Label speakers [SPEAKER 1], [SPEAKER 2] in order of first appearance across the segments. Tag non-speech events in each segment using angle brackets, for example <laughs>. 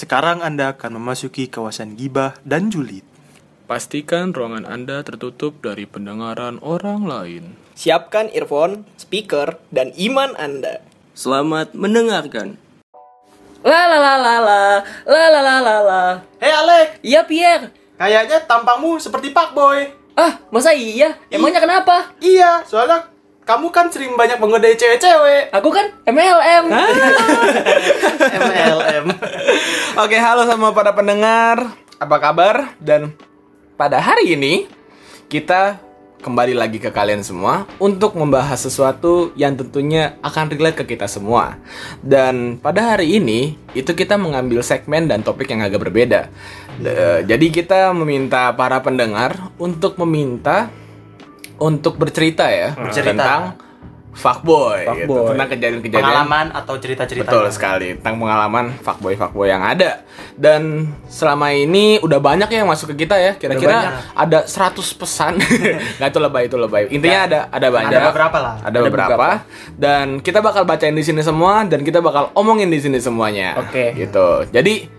[SPEAKER 1] Sekarang Anda akan memasuki kawasan gibah dan julid.
[SPEAKER 2] Pastikan ruangan Anda tertutup dari pendengaran orang lain.
[SPEAKER 3] Siapkan earphone, speaker, dan iman Anda.
[SPEAKER 4] Selamat mendengarkan.
[SPEAKER 5] La la la la la la la la la la.
[SPEAKER 3] Hei Alek,
[SPEAKER 5] Iya Pierre.
[SPEAKER 3] kayaknya tampangmu seperti Pak Boy.
[SPEAKER 5] Ah, masa iya? Emangnya kenapa?
[SPEAKER 3] Iya, soalnya kamu kan sering banyak menggodai cewek-cewek.
[SPEAKER 5] Aku kan MLM.
[SPEAKER 3] MLM.
[SPEAKER 6] Oke, halo sama para pendengar. Apa kabar? Dan pada hari ini kita kembali lagi ke kalian semua untuk membahas sesuatu yang tentunya akan relate ke kita semua. Dan pada hari ini itu kita mengambil segmen dan topik yang agak berbeda. Eh, jadi kita meminta para pendengar untuk meminta untuk bercerita ya
[SPEAKER 3] Bercerita.
[SPEAKER 6] tentang fuckboy, gitu,
[SPEAKER 2] Fuckboy.
[SPEAKER 6] tentang kejadian-kejadian
[SPEAKER 3] Pengalaman atau cerita-cerita.
[SPEAKER 6] Betul sekali tentang pengalaman fuckboy fuckboy yang ada dan selama ini udah banyak yang masuk ke kita ya kira-kira ada 100 pesan nggak itu lebay itu lebay intinya ada ada banyak
[SPEAKER 3] Ada beberapa lah.
[SPEAKER 6] ada, beberapa. dan kita bakal bacain di sini semua dan kita bakal omongin di sini semuanya
[SPEAKER 2] Oke.
[SPEAKER 6] gitu jadi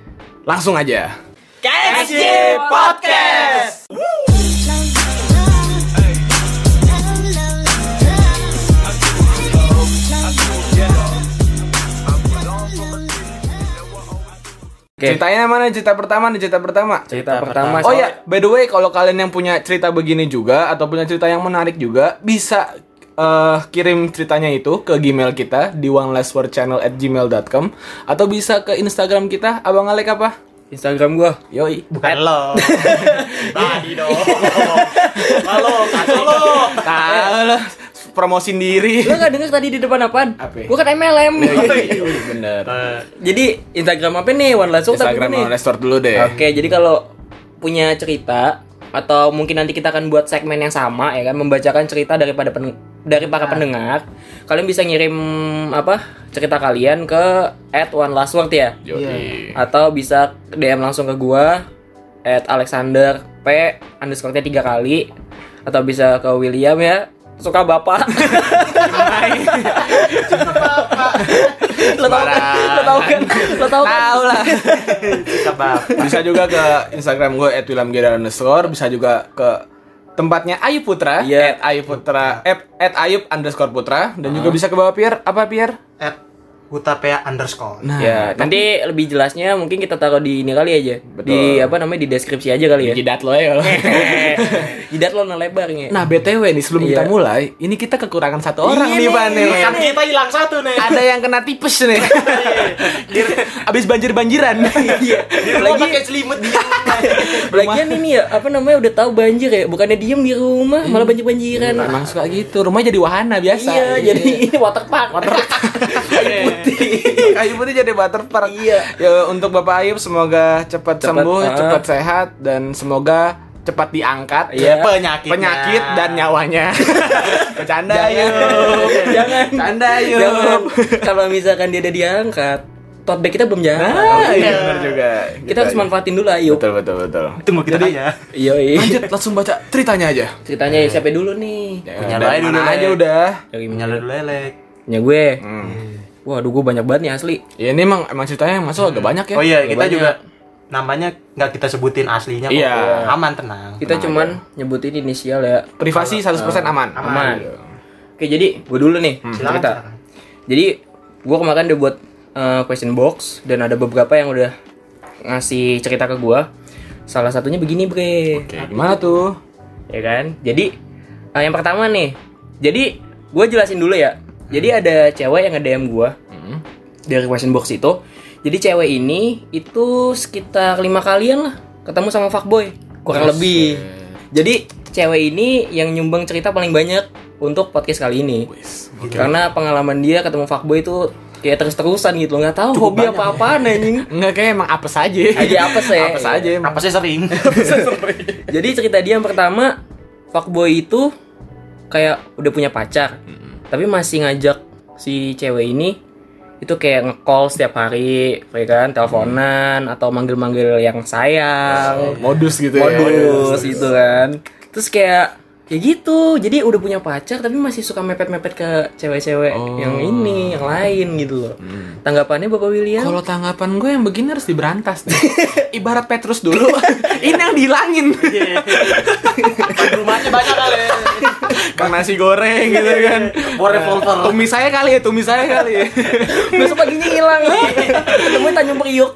[SPEAKER 6] langsung aja
[SPEAKER 3] KSJ Podcast.
[SPEAKER 6] ceritanya mana cerita pertama nih cerita pertama
[SPEAKER 2] Cerita pertama,
[SPEAKER 6] Oh ya, by the way kalau kalian yang punya cerita begini juga atau punya cerita yang menarik juga bisa eh, kirim ceritanya itu ke Gmail kita di onelesswordchannel@gmail.com atau bisa ke Instagram kita Abang Alek apa?
[SPEAKER 4] Instagram gua
[SPEAKER 6] Yoi.
[SPEAKER 3] Bukan lo. <laughs> Tadi dong. Halo, kacau lo.
[SPEAKER 6] Tahu lah, promosin diri.
[SPEAKER 5] Lo gak Eh, denger tadi di depan apaan?
[SPEAKER 6] Apa?
[SPEAKER 5] Gua kan MLM.
[SPEAKER 6] <laughs>
[SPEAKER 4] Iya,
[SPEAKER 6] Yoi, Bener.
[SPEAKER 4] Jadi Instagram apa nih? One Last Word apa
[SPEAKER 6] Instagram
[SPEAKER 4] nih?
[SPEAKER 6] Oneless Word dulu deh.
[SPEAKER 4] Oke, jadi kalau punya cerita atau mungkin nanti kita akan buat segmen yang sama ya kan membacakan cerita daripada pen- dari para pendengar. Kalian bisa ngirim apa? cerita kalian ke at one last word ya.
[SPEAKER 6] Yoi.
[SPEAKER 4] Atau bisa DM langsung ke gua at Alexander P underscore tiga kali atau bisa ke William ya suka bapak <laughs> lo tau kan lo tau kan lo tau kan
[SPEAKER 6] Tahu lah.
[SPEAKER 3] Coba.
[SPEAKER 6] bisa juga ke Instagram gue @wilhamgira_underscore bisa juga ke tempatnya Ayu Putra at
[SPEAKER 4] Iya.
[SPEAKER 6] Ayu Putra eh, at Ayub underscore Putra dan juga bisa ke bawah Pier apa Pier
[SPEAKER 3] At Hutapea underscore.
[SPEAKER 6] nah
[SPEAKER 4] Ya, nanti lebih jelasnya mungkin kita taruh di ini kali aja. Di apa namanya di deskripsi aja kali <laughs> ya.
[SPEAKER 6] jidat lo ya lo.
[SPEAKER 4] Jidat lo nah lebar nih.
[SPEAKER 6] nah btw nih sebelum kita
[SPEAKER 4] Iya.
[SPEAKER 6] mulai ini kita kekurangan satu orang nih
[SPEAKER 4] Iya nih.
[SPEAKER 6] Pan nih.
[SPEAKER 3] Kan kita hilang satu nih.
[SPEAKER 6] ada yang kena tipes nih Iya. abis banjir banjiran
[SPEAKER 3] Dia mau pakai selimut
[SPEAKER 6] <laughs>
[SPEAKER 3] dia.
[SPEAKER 1] Nah,
[SPEAKER 4] Lagian ini ya apa namanya udah tahu banjir ya, bukannya diem di rumah malah banjir-banjiran.
[SPEAKER 6] emang suka gitu rumah jadi wahana biasa
[SPEAKER 4] Iya,
[SPEAKER 6] <laughs>
[SPEAKER 4] jadi <laughs> ini waterpark.
[SPEAKER 6] Ayu Putih jadi butterpark. Iya. Ya untuk Bapak Ayub semoga cepat, sembuh,
[SPEAKER 4] ah.
[SPEAKER 6] cepat sehat dan semoga cepat diangkat
[SPEAKER 4] Iya.
[SPEAKER 3] Penyakitnya.
[SPEAKER 6] penyakit dan nyawanya. <laughs> Bercanda Ayub.
[SPEAKER 4] <laughs> Jangan.
[SPEAKER 6] Bercanda Ayub.
[SPEAKER 4] Jangan. Kalau misalkan dia ada diangkat, tote bag kita belum
[SPEAKER 6] Ah,
[SPEAKER 4] jalan.
[SPEAKER 6] iya benar juga.
[SPEAKER 4] Kita harus
[SPEAKER 6] manfaat.
[SPEAKER 4] manfaatin dulu ayo.
[SPEAKER 6] Betul betul betul.
[SPEAKER 3] Tunggu kita ya.
[SPEAKER 4] Iya,
[SPEAKER 6] Lanjut Iya. langsung baca ceritanya aja.
[SPEAKER 4] Ceritanya siapa dulu nih?
[SPEAKER 3] Punya
[SPEAKER 6] Dari
[SPEAKER 3] lo
[SPEAKER 6] mana
[SPEAKER 3] dulu,
[SPEAKER 6] aja
[SPEAKER 3] Le.
[SPEAKER 6] udah.
[SPEAKER 4] Dari
[SPEAKER 3] Punya lo dulu elek.
[SPEAKER 4] punya gue. Waduh, gue banyak banget nih asli.
[SPEAKER 6] Ya ini emang emang ceritanya yang masuk agak banyak ya.
[SPEAKER 3] Oh iya,
[SPEAKER 6] Agak
[SPEAKER 3] kita
[SPEAKER 6] banyak.
[SPEAKER 3] juga namanya nggak kita sebutin aslinya kok.
[SPEAKER 6] Iya.
[SPEAKER 3] Aman tenang.
[SPEAKER 4] Kita
[SPEAKER 6] Nah,
[SPEAKER 4] cuman nyebutin inisial ya.
[SPEAKER 6] privasi 100% aman.
[SPEAKER 4] Aman.
[SPEAKER 6] iya.
[SPEAKER 4] Oke, jadi gue dulu nih
[SPEAKER 6] Hmm.
[SPEAKER 4] cerita. Jadi gue kemarin udah buat eh, question box dan ada beberapa yang udah ngasih cerita ke gue. Salah satunya begini, Bre.
[SPEAKER 6] Oke, gimana tuh?
[SPEAKER 4] Ya kan? Jadi eh, yang pertama nih. Jadi gue jelasin dulu ya. Jadi ada cewek yang nge-DM gue
[SPEAKER 6] Hmm.
[SPEAKER 4] dari question box itu. Jadi cewek ini itu sekitar lima kalian lah ketemu sama fuckboy kurang lebih. Jadi cewek ini yang nyumbang cerita paling banyak untuk podcast kali ini. Karena pengalaman dia ketemu fuckboy itu kayak terus-terusan gitu loh. nggak tahu hobi apa-apaan
[SPEAKER 6] <laughs>
[SPEAKER 4] anjing.
[SPEAKER 6] Enggak kayak emang apes aja.
[SPEAKER 4] Aja apes ya.
[SPEAKER 6] Apes aja
[SPEAKER 1] Iya.
[SPEAKER 6] emang.
[SPEAKER 3] Apa sih <laughs> sering?
[SPEAKER 4] Jadi cerita dia yang pertama fuckboy itu kayak udah punya pacar, tapi masih ngajak si cewek ini itu kayak nge-call setiap hari, ya kan, teleponan atau manggil-manggil yang sayang,
[SPEAKER 6] modus gitu ya.
[SPEAKER 4] modus gitu kan. Terus kayak ya gitu jadi udah punya pacar tapi masih suka mepet-mepet ke cewek-cewek
[SPEAKER 6] Oh.
[SPEAKER 4] yang ini yang lain gitu loh tanggapannya bapak William
[SPEAKER 6] Kalau tanggapan gue yang begini harus diberantas nih. Ibarat Petrus dulu, ini yang dihilangin.
[SPEAKER 3] Rumahnya banyak kali.
[SPEAKER 6] Kang nasi goreng gitu kan.
[SPEAKER 3] Bawa revolver.
[SPEAKER 6] Tumis saya kali ya, tumis saya kali ya.
[SPEAKER 4] <laughs> besok paginya <laughs> hilang ketemu Tanjung Priuk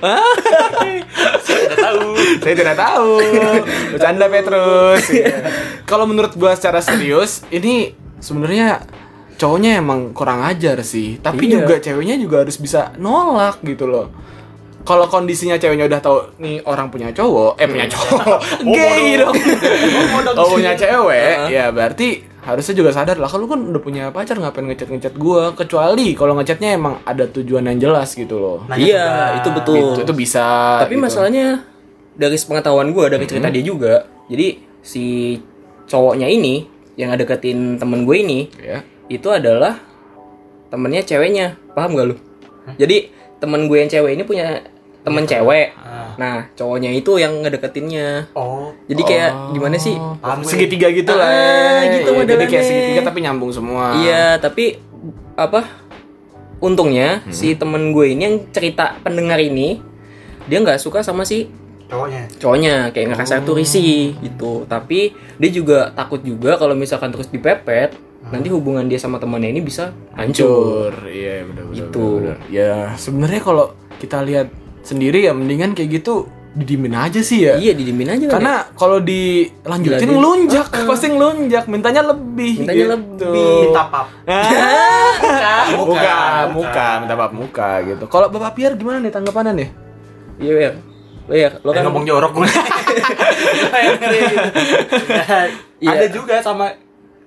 [SPEAKER 3] Udah tahu.
[SPEAKER 6] Saya tidak tahu. Bercanda
[SPEAKER 4] <laughs>
[SPEAKER 6] Petrus.
[SPEAKER 4] Iya.
[SPEAKER 6] Kalau menurut gua secara serius, ini sebenarnya cowoknya emang kurang ajar sih. Tapi
[SPEAKER 4] Iya.
[SPEAKER 6] juga ceweknya juga harus bisa nolak gitu loh. Kalau kondisinya ceweknya udah tahu nih orang punya cowok, eh
[SPEAKER 4] Iya.
[SPEAKER 6] punya
[SPEAKER 4] <laughs> Oh,
[SPEAKER 6] cowok, gay dong. Oh punya cewek, ya berarti harusnya juga sadar lah kalau kan udah punya pacar ngapain ngechat ngechat gua kecuali kalau ngechatnya emang ada tujuan yang jelas gitu loh.
[SPEAKER 4] iya itu betul
[SPEAKER 6] Gitu, itu bisa.
[SPEAKER 4] tapi
[SPEAKER 6] gitu.
[SPEAKER 4] masalahnya dari pengetahuan gue dari cerita dia juga jadi si cowoknya ini yang ada deketin temen gue ini
[SPEAKER 6] ya.
[SPEAKER 4] itu adalah temennya ceweknya paham gak lu jadi temen gue yang cewek ini punya temen cewek nah cowoknya itu yang ngedeketinnya
[SPEAKER 1] Oh,
[SPEAKER 4] jadi kayak gimana sih
[SPEAKER 1] paham gue.
[SPEAKER 6] segitiga gitu lah.
[SPEAKER 4] Ah, gitu
[SPEAKER 6] Iya, Jadi kayak
[SPEAKER 4] modelannya.
[SPEAKER 6] segitiga tapi nyambung semua.
[SPEAKER 4] iya tapi apa untungnya si temen gue ini yang cerita pendengar ini dia nggak suka sama si
[SPEAKER 1] cowoknya.
[SPEAKER 4] cowoknya kayak ngerasa tuh risih gitu tapi dia juga takut juga kalau misalkan terus dipepet nanti hubungan dia sama temannya ini bisa hancur
[SPEAKER 6] Hancur. Iya, benar benar.
[SPEAKER 4] Gitu.
[SPEAKER 6] benar, benar. Ya, sebenarnya kalau kita lihat sendiri ya mendingan kayak gitu didimin aja sih ya.
[SPEAKER 4] iya didimin aja kan ya?
[SPEAKER 6] Karena kalau dilanjutin
[SPEAKER 4] Dilanjut-
[SPEAKER 6] ngelunjak, pasti ngelunjak, mintanya lebih.
[SPEAKER 4] Mintanya
[SPEAKER 6] gitu.
[SPEAKER 4] lebih,
[SPEAKER 1] Tapap.
[SPEAKER 6] muka, muka, muka, minta maaf muka gitu. Kalau Bapak Piar gimana nih tanggapannya nih?
[SPEAKER 4] iya Wer. Wer,
[SPEAKER 1] Eh,
[SPEAKER 4] lo kan
[SPEAKER 3] ngomong
[SPEAKER 6] <laughs>
[SPEAKER 3] jorok gue.
[SPEAKER 6] gitu. Nah,
[SPEAKER 4] Iya.
[SPEAKER 1] Ada juga sama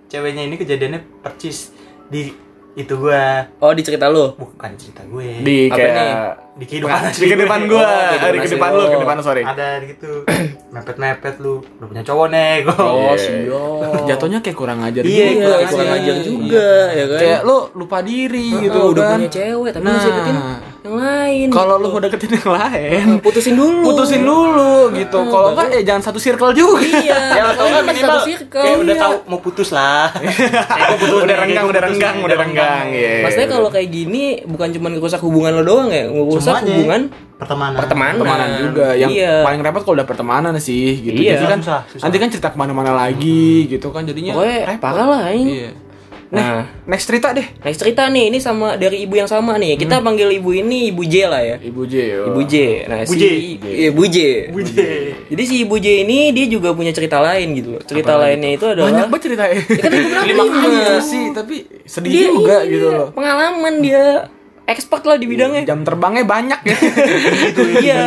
[SPEAKER 1] ceweknya ini kejadiannya percis di itu gua
[SPEAKER 4] oh di cerita lo
[SPEAKER 1] bukan cerita gue.
[SPEAKER 6] Di
[SPEAKER 4] Apa
[SPEAKER 6] kayak
[SPEAKER 4] nih?
[SPEAKER 1] Di kehidupan
[SPEAKER 6] <laughs> di
[SPEAKER 1] asli
[SPEAKER 6] kehidupan
[SPEAKER 1] gue.
[SPEAKER 6] gua,
[SPEAKER 4] Oh, kehidupan
[SPEAKER 6] di
[SPEAKER 4] asli
[SPEAKER 6] kehidupan lu,
[SPEAKER 4] lo.
[SPEAKER 6] kehidupan sorry.
[SPEAKER 1] Ada gitu. <clears throat> Mepet-mepet lu, udah punya cowok nih gua.
[SPEAKER 6] Oh,
[SPEAKER 4] siap.
[SPEAKER 6] Jatuhnya kayak kurang ajar
[SPEAKER 1] Iya,
[SPEAKER 6] gitu.
[SPEAKER 4] iya
[SPEAKER 1] kurang
[SPEAKER 4] kurang
[SPEAKER 1] ajar.
[SPEAKER 4] ajar juga ya kan
[SPEAKER 6] Kayak lu lupa diri
[SPEAKER 4] Ah,
[SPEAKER 6] gitu
[SPEAKER 4] udah
[SPEAKER 6] kan.
[SPEAKER 4] punya cewek tapi masih
[SPEAKER 6] Nah.
[SPEAKER 4] deketin yang lain
[SPEAKER 6] Kalau lu
[SPEAKER 4] gitu.
[SPEAKER 6] mau deketin yang lain,
[SPEAKER 4] Nah, putusin dulu
[SPEAKER 6] putusin dulu gitu. Kalau enggak ya jangan satu circle juga.
[SPEAKER 4] iya
[SPEAKER 3] Ya lo tau
[SPEAKER 4] kalau
[SPEAKER 3] kan
[SPEAKER 4] masih
[SPEAKER 3] minimal
[SPEAKER 4] satu circle.
[SPEAKER 3] kayak udah
[SPEAKER 4] Iya.
[SPEAKER 3] tahu mau putus lah.
[SPEAKER 6] Eh,
[SPEAKER 3] Kayak gua putus
[SPEAKER 6] udah
[SPEAKER 3] nih,
[SPEAKER 6] renggang,
[SPEAKER 3] kayak
[SPEAKER 6] udah
[SPEAKER 3] gua putus
[SPEAKER 6] renggang,
[SPEAKER 3] nih,
[SPEAKER 6] udah renggang. Iya.
[SPEAKER 4] Maksudnya kalau kayak gini bukan cuma ngerusak hubungan lo doang ya, ngerusak
[SPEAKER 1] Semuanya.
[SPEAKER 4] hubungan
[SPEAKER 1] Pertemanan.
[SPEAKER 4] pertemanan.
[SPEAKER 6] pertemanan juga yang
[SPEAKER 4] iya.
[SPEAKER 6] paling repot kalau udah pertemanan sih gitu.
[SPEAKER 4] Iya.
[SPEAKER 6] Jadi kan
[SPEAKER 1] Susah, susah.
[SPEAKER 6] nanti kan cerita kemana-mana lagi gitu kan jadinya.
[SPEAKER 4] Pokoknya parah lah ini.
[SPEAKER 6] Iya.
[SPEAKER 4] Ya, Nah,
[SPEAKER 6] Next cerita deh.
[SPEAKER 4] next cerita nih, ini sama dari ibu yang sama nih. Kita
[SPEAKER 6] Hmm.
[SPEAKER 4] panggil ibu ini Ibu J lah ya.
[SPEAKER 6] Ibu J.
[SPEAKER 4] Ibu J. Nah,
[SPEAKER 1] Bu
[SPEAKER 4] si
[SPEAKER 1] J.
[SPEAKER 4] iya, Bu J.
[SPEAKER 1] Buje.
[SPEAKER 4] Jadi si Ibu J ini dia juga punya cerita lain gitu loh. Cerita lainnya itu adalah
[SPEAKER 6] Banyak banget cerita ya.
[SPEAKER 4] Ya kan itu berapa lima.
[SPEAKER 6] sih, tapi sedih
[SPEAKER 4] Dia
[SPEAKER 6] juga
[SPEAKER 4] ini,
[SPEAKER 6] gitu loh.
[SPEAKER 4] Pengalaman dia expert lah di bidangnya.
[SPEAKER 6] Jam terbangnya banyak ya.
[SPEAKER 4] iya.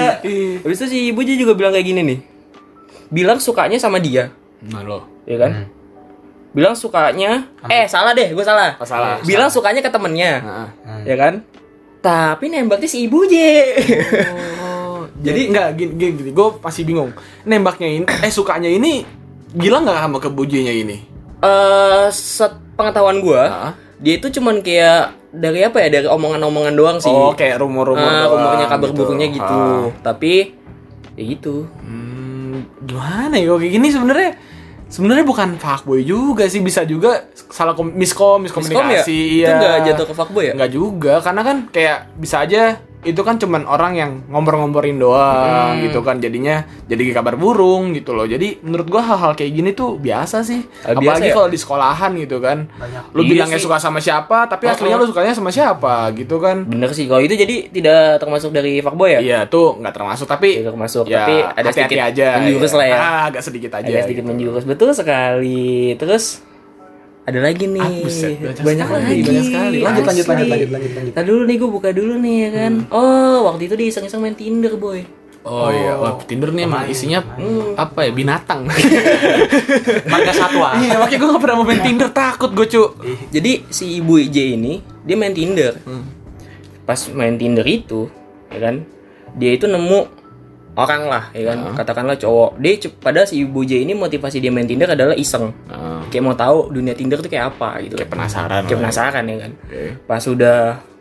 [SPEAKER 4] Habis itu si Ibu J juga bilang kayak gini nih. Bilang sukanya sama dia.
[SPEAKER 6] Nah lo.
[SPEAKER 4] ya kan? Bilang sukanya, eh salah deh, gue salah.
[SPEAKER 6] Oh, salah. Nah.
[SPEAKER 4] Bilang sukanya ke temennya,
[SPEAKER 6] Heeh.
[SPEAKER 4] ya kan? Tapi nembaknya si ibu J.
[SPEAKER 6] Oh. Jadi nggak gini gini, gini. gue masih bingung. Nembaknya ini, eh sukanya ini gila nggak sama kebujinya ini?
[SPEAKER 4] <laughs> Eh, set pengetahuan gue,
[SPEAKER 6] Hah?
[SPEAKER 4] dia itu cuman kayak dari apa ya? Dari omongan-omongan doang sih.
[SPEAKER 6] Oh kayak rumor-rumor.
[SPEAKER 4] Ah,
[SPEAKER 6] doang
[SPEAKER 4] rumornya kabar
[SPEAKER 6] gitu.
[SPEAKER 4] burungnya gitu.
[SPEAKER 6] Ah.
[SPEAKER 4] Tapi ya gitu.
[SPEAKER 6] Hmm, gimana ya kalau kayak gini sebenarnya sebenarnya bukan fuckboy juga sih bisa juga salah kom miskom
[SPEAKER 4] Miskom ya?
[SPEAKER 6] miskomunikasi iya.
[SPEAKER 4] Itu nggak jatuh ke fuckboy ya?
[SPEAKER 6] Nggak juga karena kan kayak bisa aja itu kan cuman orang yang ngompor-ngomporin
[SPEAKER 4] Hmm.
[SPEAKER 6] doang gitu kan jadinya jadi kabar burung gitu loh jadi menurut gua hal-hal kayak gini tuh biasa sih
[SPEAKER 4] Hal biasa
[SPEAKER 6] apalagi
[SPEAKER 4] ya?
[SPEAKER 6] kalau di sekolahan gitu kan
[SPEAKER 1] Banyak.
[SPEAKER 6] lu
[SPEAKER 4] Iya
[SPEAKER 6] bilangnya
[SPEAKER 4] sih.
[SPEAKER 6] suka sama siapa tapi aslinya lu sukanya sama siapa gitu kan
[SPEAKER 4] Bener sih kalau itu jadi tidak termasuk dari fuckboy ya?
[SPEAKER 6] Iya tuh nggak termasuk tapi ya
[SPEAKER 4] Tidak termasuk, tapi ada
[SPEAKER 6] hati-hati
[SPEAKER 4] sedikit
[SPEAKER 6] aja,
[SPEAKER 4] menjurus
[SPEAKER 6] iya.
[SPEAKER 4] lah ya.
[SPEAKER 6] Ah, agak sedikit aja.
[SPEAKER 4] Agak sedikit menjurus betul sekali. Terus ada lagi nih.
[SPEAKER 6] Ah, buset, banyak sekali,
[SPEAKER 4] lagi.
[SPEAKER 6] banyak sekali. Lanjut, lanjut,
[SPEAKER 4] Asli.
[SPEAKER 6] lanjut, lanjut,
[SPEAKER 4] Ntar dulu nih gue buka dulu nih ya kan.
[SPEAKER 6] Hmm.
[SPEAKER 4] Oh, waktu itu dia iseng-iseng main Tinder, boy.
[SPEAKER 6] Oh, iya, Wah, Tinder nih emang isinya apa ya <laughs> binatang.
[SPEAKER 3] Marga satwa.
[SPEAKER 1] ah.
[SPEAKER 6] Iya, makanya gue gak pernah mau main Tinder takut gue cu.
[SPEAKER 4] Jadi si Ibu J ini dia main Tinder.
[SPEAKER 6] Hmm.
[SPEAKER 4] Pas main Tinder itu, ya kan? Dia itu nemu orang lah, ya
[SPEAKER 6] Ah.
[SPEAKER 4] kan? Katakanlah cowok. Dia cu- pada si Ibu J ini motivasi dia main Tinder adalah iseng. Kayak mau tahu dunia Tinder tuh kayak apa gitu.
[SPEAKER 6] Ah, Kayak penasaran.
[SPEAKER 4] Kayak
[SPEAKER 6] lah.
[SPEAKER 4] penasaran ya kan.
[SPEAKER 6] Hmm. Oke.
[SPEAKER 4] Pas sudah